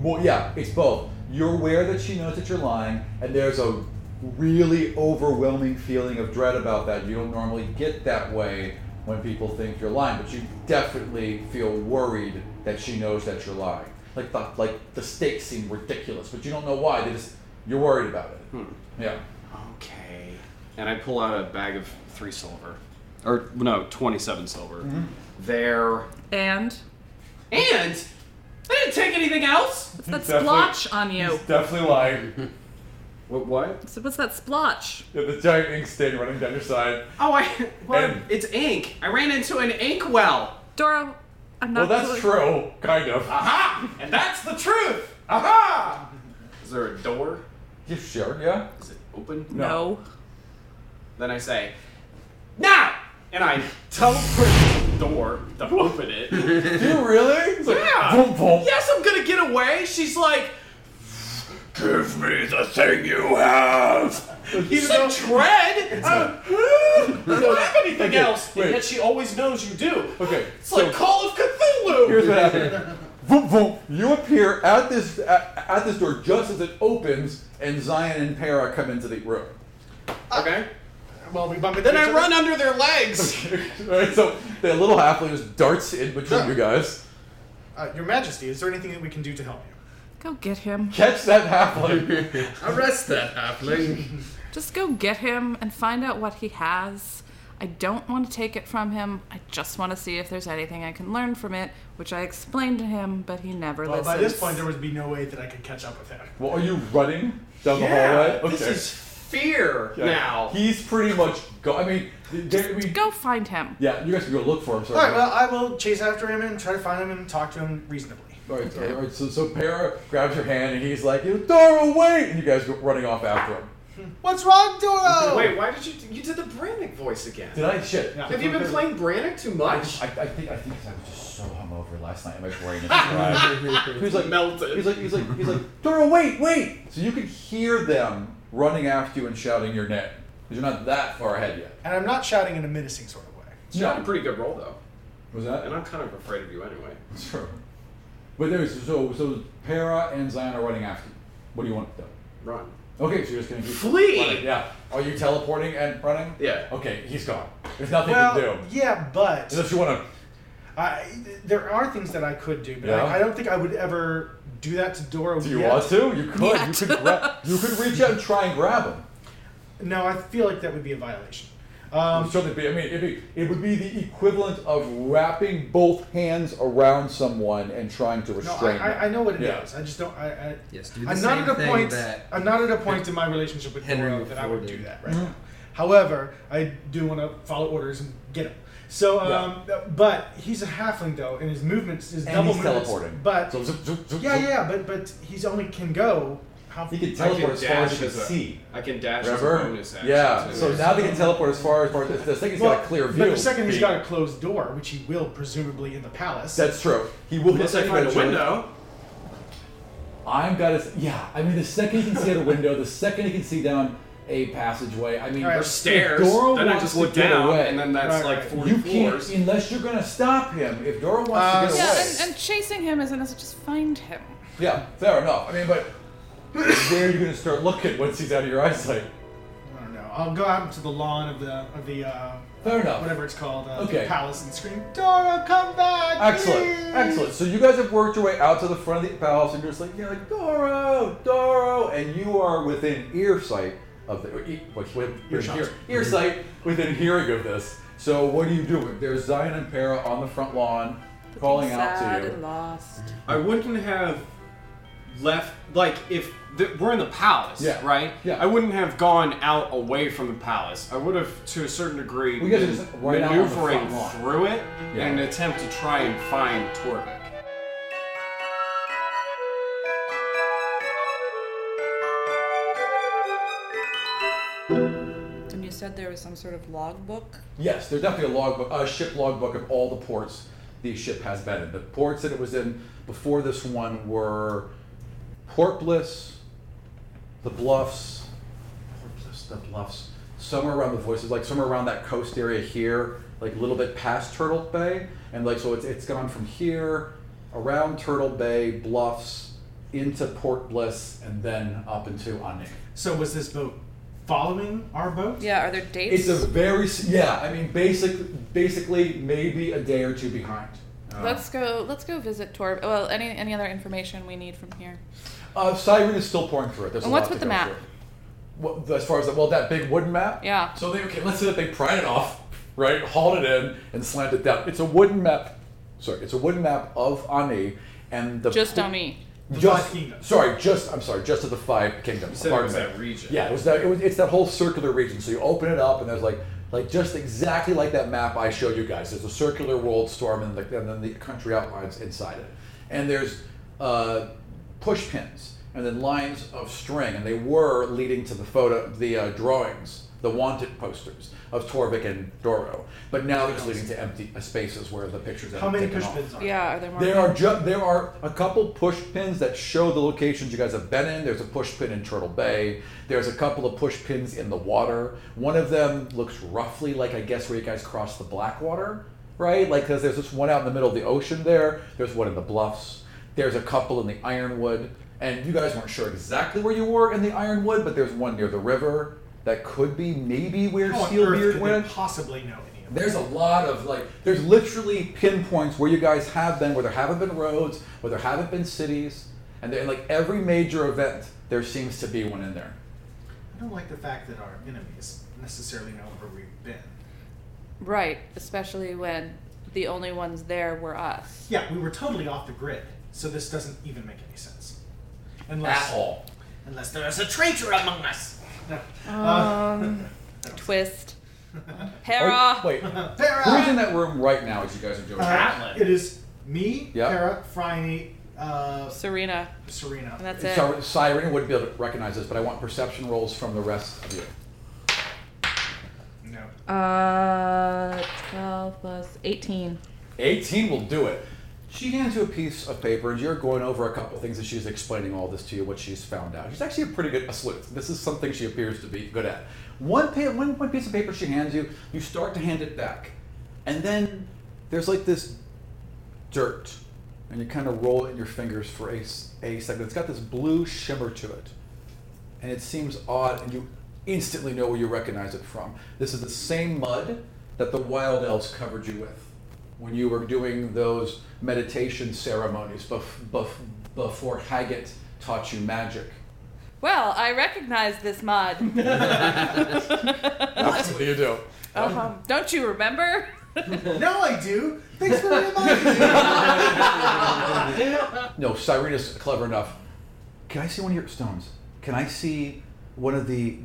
Speaker 1: Well, yeah, it's both. You're aware that she knows that you're lying, and there's a really overwhelming feeling of dread about that. You don't normally get that way when people think you're lying, but you definitely feel worried that she knows that you're lying. Like the like the stakes seem ridiculous, but you don't know why. They just you're worried about it. Yeah.
Speaker 9: Okay. And I pull out a bag of three silver, or no, twenty-seven silver.
Speaker 13: Mhm.
Speaker 9: There.
Speaker 13: And
Speaker 9: and I didn't take anything else.
Speaker 13: What's that splotch on you?
Speaker 1: definitely lying.
Speaker 9: What? What?
Speaker 13: So what's that splotch?
Speaker 1: Yeah, the giant ink stain running down your side.
Speaker 9: Oh, I. What? it's ink. I ran into an ink well.
Speaker 13: Doro, I'm not.
Speaker 1: kind of.
Speaker 9: Aha! And that's the truth. Aha! Is there a door?
Speaker 1: You sure? Yeah.
Speaker 9: Is it open?
Speaker 1: No. No.
Speaker 9: Then I say, now, and I teleport to the door to open it.
Speaker 1: you really? It's like,
Speaker 9: yeah.
Speaker 1: boom, boom.
Speaker 9: Yes, I'm gonna get away. She's like,
Speaker 7: Give me the thing you have.
Speaker 9: you said dread. I'm, I don't have anything else. And yet she always knows you do.
Speaker 1: Okay.
Speaker 9: It's like Call of Cthulhu.
Speaker 1: Here's what happened. Vroom, vroom. You appear at this at, at this door just as it opens, and Zion and Para come into the room.
Speaker 9: Okay.
Speaker 6: Well, we bump into
Speaker 9: Then
Speaker 6: each
Speaker 9: I
Speaker 6: other.
Speaker 9: run under their legs.
Speaker 1: Right, so the little halfling just darts in between you guys.
Speaker 6: Uh, Your Majesty, is there anything that we can do to help you?
Speaker 13: Go get him.
Speaker 1: Catch that halfling.
Speaker 5: Arrest that halfling.
Speaker 13: Just go get him and find out what he has. I don't want to take it from him. I just want to see if there's anything I can learn from it, which I explained to him, but he never
Speaker 6: Well,
Speaker 13: listens.
Speaker 6: by this point, there would be no way that I could catch up with him.
Speaker 1: Well, are you running down the
Speaker 6: Yeah,
Speaker 1: hallway?
Speaker 6: this is
Speaker 9: fear
Speaker 1: Yeah. He's pretty much go. I mean, there, I mean,
Speaker 13: go find him.
Speaker 1: yeah, you guys can go look for him.
Speaker 6: All right, well, I will chase after him and try to find him and talk to him reasonably.
Speaker 1: All right, all right, so, so Para grabs your hand and he's like, Dora, wait! And you guys go running off after him.
Speaker 6: What's wrong, Doro?
Speaker 9: Wait, why did you? You did the Brannick voice again.
Speaker 1: Did I? Shit.
Speaker 9: Have you been playing Brannick too much?
Speaker 1: I, I think I think 'cause I was just so hungover last night, my brain is fried. he's like
Speaker 9: melted.
Speaker 1: He's like he's like he's like Dora, wait, wait! So you can hear them running after you and shouting your name because you're not that far ahead yet.
Speaker 6: And I'm not shouting in a menacing sort of way.
Speaker 9: You had a pretty good roll though.
Speaker 1: Was that?
Speaker 9: And I'm kind of afraid of you anyway.
Speaker 1: Sure. But there's so so Para and Zion are running after you. What do you want to do?
Speaker 9: Run.
Speaker 1: Okay, so you're just gonna keep
Speaker 9: Flee!
Speaker 1: running, Yeah. Are you teleporting and running?
Speaker 9: Yeah.
Speaker 1: Okay, he's gone. There's nothing
Speaker 6: well,
Speaker 1: to do.
Speaker 6: yeah, but
Speaker 1: Unless you want to
Speaker 6: I, there are things that I could do, but
Speaker 1: Yeah?
Speaker 6: I, I don't think I would ever do that to Doro.
Speaker 1: Do you
Speaker 6: yet.
Speaker 1: want to? You could. You could grab. You could reach out and try and grab him.
Speaker 6: No, I feel like that would be a violation. Um,
Speaker 1: so it'd be, I mean, it'd be, it would be the equivalent of wrapping both hands around someone and trying to
Speaker 6: No,
Speaker 1: restrain.
Speaker 6: I, I, I know what it is.
Speaker 1: Yeah.
Speaker 6: I just don't. I, I,
Speaker 1: Yes,
Speaker 5: do the
Speaker 6: I'm not
Speaker 5: same
Speaker 6: at a
Speaker 5: thing
Speaker 6: point.
Speaker 5: that
Speaker 6: I'm not at a point in my relationship with
Speaker 5: Henry
Speaker 6: Dora that I would
Speaker 5: Ford
Speaker 6: do
Speaker 5: did.
Speaker 6: that right now. However, I do want to follow orders and get him. So, um, but he's a halfling though, and his movements, his
Speaker 1: And
Speaker 6: double
Speaker 1: he's
Speaker 6: movements.
Speaker 1: teleporting.
Speaker 6: But
Speaker 1: So zoop, zoop, zoop,
Speaker 6: yeah,
Speaker 1: zoop.
Speaker 6: yeah, but but he's only can go how
Speaker 1: He can teleport as far as
Speaker 9: dash
Speaker 1: he can
Speaker 9: as a-
Speaker 1: see.
Speaker 9: I can dash as a
Speaker 1: Remember?
Speaker 9: bonus action,
Speaker 1: Yeah.
Speaker 9: too.
Speaker 1: So now they can teleport as far as far. This, this thing has
Speaker 6: Well,
Speaker 1: got a clear view.
Speaker 6: But the second he's
Speaker 1: Being-
Speaker 6: got a closed door, which he will presumably in the palace.
Speaker 1: That's true. He will hit
Speaker 6: Unless I
Speaker 1: that
Speaker 6: find a
Speaker 1: eventually.
Speaker 6: window.
Speaker 14: I'm gotta. s- Yeah, I mean, the second you can see out a window, the second you can see down a passageway, I mean,
Speaker 9: Or
Speaker 14: if
Speaker 9: stairs,
Speaker 14: Doro
Speaker 9: then I
Speaker 14: wants
Speaker 9: just
Speaker 14: to
Speaker 9: look
Speaker 14: get
Speaker 9: down,
Speaker 14: away-
Speaker 9: and then that's Right, like right. 40
Speaker 14: You can't
Speaker 9: floors. Um,
Speaker 14: unless you're gonna stop him. If Doro wants to get away,
Speaker 3: yeah, and, and chasing him isn't as just find him.
Speaker 1: Yeah, fair enough. I mean, but where are you going to start looking once he's out of your eyesight?
Speaker 6: I don't know. I'll go out into the lawn of the of the uh,
Speaker 1: Fair enough.
Speaker 6: whatever it's called uh,
Speaker 1: Okay.
Speaker 6: the palace and scream, Dora, come back!
Speaker 1: Excellent,
Speaker 6: please!"
Speaker 1: excellent. So you guys have worked your way out to the front of the palace, and you're just like, you're like Doro, Doro, and you are within earsight of the or e- what's with
Speaker 14: Earshot.
Speaker 1: ear, earsight within hearing of this. So what are you doing? There's Zion and Para on the front lawn, calling out to you.
Speaker 3: lost.
Speaker 9: I wouldn't have left. Like if the, we're in the palace,
Speaker 1: Yeah.
Speaker 9: right?
Speaker 1: Yeah.
Speaker 9: I wouldn't have gone out away from the palace. I would have, to a certain degree,
Speaker 1: We guys are
Speaker 9: been
Speaker 1: just right out on the
Speaker 9: maneuvering
Speaker 1: front lawn.
Speaker 9: through it
Speaker 1: Yeah.
Speaker 9: in an attempt to try and find Torvik.
Speaker 3: And you said there was some sort of logbook.
Speaker 1: Yes, there's definitely a logbook, a ship logbook of all the ports the ship has been in. The ports that it was in before this one were Port Bliss, the Bluffs, Port Bliss, the Bluffs, somewhere around the voices, like somewhere around that coast area here, like a little bit past Turtle Bay, and like so it's it's gone from here around Turtle Bay, Bluffs, into Port Bliss, and then up into Anik.
Speaker 6: So was this boat following our boat?
Speaker 3: Yeah, are there
Speaker 1: It's
Speaker 3: dates?
Speaker 1: a very s- yeah. I mean, basic, basically maybe a day or two behind.
Speaker 3: Let's go. Let's go visit Tor. Well, any any other information we need from here?
Speaker 1: Uh, Siren is still pouring through it. There's a
Speaker 3: And what's
Speaker 1: lot
Speaker 3: with
Speaker 1: to
Speaker 3: the
Speaker 1: go
Speaker 3: map?
Speaker 1: through. Well, as far as the, well, that big wooden map.
Speaker 3: Yeah.
Speaker 1: So they okay. Let's say that they pried it off, right? Hauled it in and slammed it down. It's a wooden map. Sorry, it's a wooden map of Ani and the
Speaker 3: Just Ani.
Speaker 1: The just sorry, just I'm sorry, just of the five kingdoms.
Speaker 9: said it
Speaker 1: Pardon
Speaker 9: was
Speaker 1: me.
Speaker 9: that region.
Speaker 1: Yeah, it was that. It was, it's that whole circular region. So you open it up and there's like like just exactly like that map I showed you guys. There's a circular world storm and, the, and then the country outlines inside it. And there's uh, push pins and then lines of string, and they were leading to the photo, the uh, drawings, the wanted posters of Torvik and Doro. But now they're just leading to empty spaces where the pictures.
Speaker 6: How
Speaker 1: have
Speaker 6: many
Speaker 1: taken
Speaker 6: push
Speaker 1: off.
Speaker 6: pins are
Speaker 3: Yeah, are there more?
Speaker 1: There are ju- there are a couple push pins that show the locations you guys have been in. There's a push pin in Turtle Bay. There's a couple of push pins in the water. One of them looks roughly like I guess where you guys crossed the Blackwater, right? Like because there's this one out in the middle of the ocean there. There's one in the Bluffs. There's a couple in the Ironwood, and you guys weren't sure exactly where you were in the Ironwood, but there's one near the river that could be maybe where
Speaker 6: How on earth
Speaker 1: Steelbeard
Speaker 6: could
Speaker 1: went.
Speaker 6: they possibly know any of
Speaker 1: There's a lot of like, there's literally pinpoints where you guys have been, where there haven't been roads, where there haven't been cities, and, there- and like every major event, there seems to be one in there.
Speaker 6: I don't like the fact that our enemies necessarily know where we've been.
Speaker 3: Right, especially when the only ones there were us.
Speaker 6: Yeah, we were totally off the grid, so this doesn't even make any sense. Unless
Speaker 1: At all.
Speaker 6: Unless there is a traitor among us. No.
Speaker 3: Um, twist. Hera.
Speaker 1: Are you- Oh, wait,
Speaker 6: Hera!
Speaker 1: who's in that room right now as you guys are doing?
Speaker 6: Uh,
Speaker 1: this?
Speaker 6: It is me,
Speaker 1: Yeah.
Speaker 6: Hera, Phryne, uh,
Speaker 3: Serena.
Speaker 6: Serena.
Speaker 3: And that's
Speaker 1: Sorry, Siren wouldn't be able to recognize this, but I want perception rolls from the rest of you.
Speaker 6: No.
Speaker 3: Uh, 12 plus 18.
Speaker 1: 18 will do it. She hands you a piece of paper, and you're going over a couple of things, and she's explaining all this to you, what she's found out. She's actually a pretty good sleuth. This is something she appears to be good at. One, pa- one, one piece of paper she hands you, you start to hand it back, and then there's like this dirt, and you kind of roll it in your fingers for a, s- a second. It's got this blue shimmer to it, and it seems odd, and you instantly know where you recognize it from. This is the same mud that the wild elves covered you with when you were doing those meditation ceremonies bef- bef- before Haggett taught you magic.
Speaker 3: Well, I recognize this mod.
Speaker 1: That's what you do.
Speaker 3: um, don't you remember?
Speaker 6: no, I do. Thanks for
Speaker 1: No, Cyrena's clever enough. Can I see one of your stones? Can I see one of the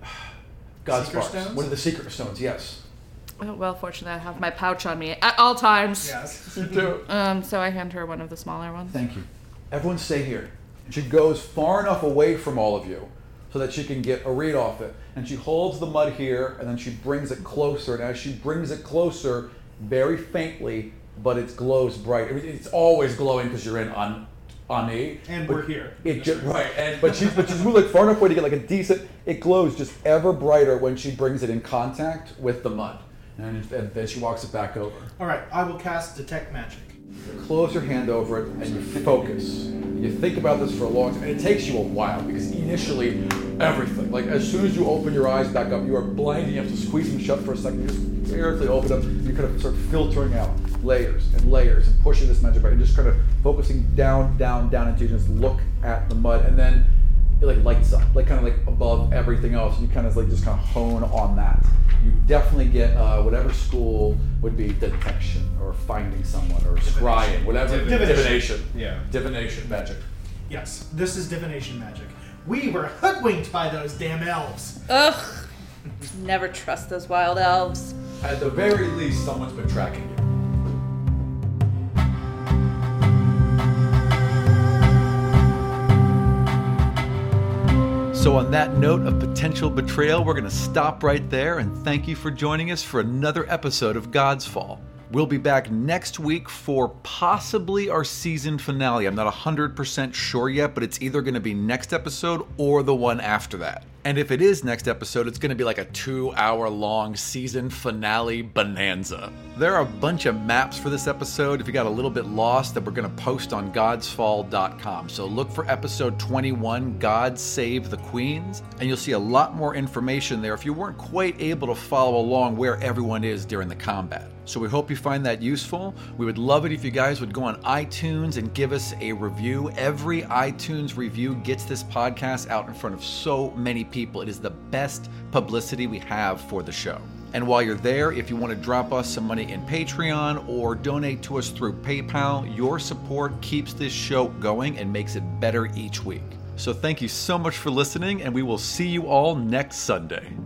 Speaker 1: God's
Speaker 3: Secret
Speaker 1: bars?
Speaker 3: stones?
Speaker 1: One of the secret stones, yes.
Speaker 3: Oh, well, fortunately, I have my pouch on me at all times.
Speaker 1: Yes, you do.
Speaker 3: Um, so I hand her one of the smaller ones.
Speaker 1: Thank you. Everyone stay here. She goes far enough away from all of you so that she can get a read off it. And she holds the mud here, and then she brings it closer. And as she brings it closer, very faintly, but it glows bright. I mean, It's always glowing because you're in on on me.
Speaker 6: And
Speaker 1: but
Speaker 6: we're here.
Speaker 1: It
Speaker 6: That's
Speaker 1: just,
Speaker 6: right.
Speaker 1: right. And but she's but she's moved like far enough away to get like a decent. It glows just ever brighter when she brings it in contact with the mud, and, and then she walks it back over.
Speaker 10: All right, I will cast detect magic.
Speaker 1: Close your hand over it and you focus. You think about this for a long time, and it takes you a while because initially, everything. Like as soon as you open your eyes back up, you are blinded. You have to squeeze them shut for a second. You just carefully open them. You kind of start filtering out layers and layers and pushing this magic back, and just kind of focusing down, down, down until you just look at the mud, and then it like lights up, like kind of like above everything else. You kind of like just kind of hone on that. You definitely get uh, whatever school would be detection or finding someone or scrying, whatever
Speaker 10: Divination.
Speaker 1: Yeah, divination magic.
Speaker 10: Yes, this is divination magic. We were hoodwinked by those damn elves.
Speaker 3: Ugh. Never trust those wild elves.
Speaker 1: At the very least, someone's been tracking you. So, on that note of potential betrayal, we're going to stop right there and thank you for joining us for another episode of God's Fall. We'll be back next week for possibly our season finale. I'm not 100% sure yet, but it's either going to be next episode or the one after that. And if it is next episode, it's going to be like a two hour long season finale bonanza. There are a bunch of maps for this episode if you got a little bit lost that we're going to post on godsfall.com. So look for episode 21, God Save the Queens, and you'll see a lot more information there if you weren't quite able to follow along where everyone is during the combat. So we hope you find that useful. We would love it if you guys would go on iTunes and give us a review. Every iTunes review gets this podcast out in front of so many people. It is the best publicity we have for the show. And while you're there, if you want to drop us some money in Patreon or donate to us through PayPal, your support keeps this show going and makes it better each week. So thank you so much for listening, and we will see you all next Sunday.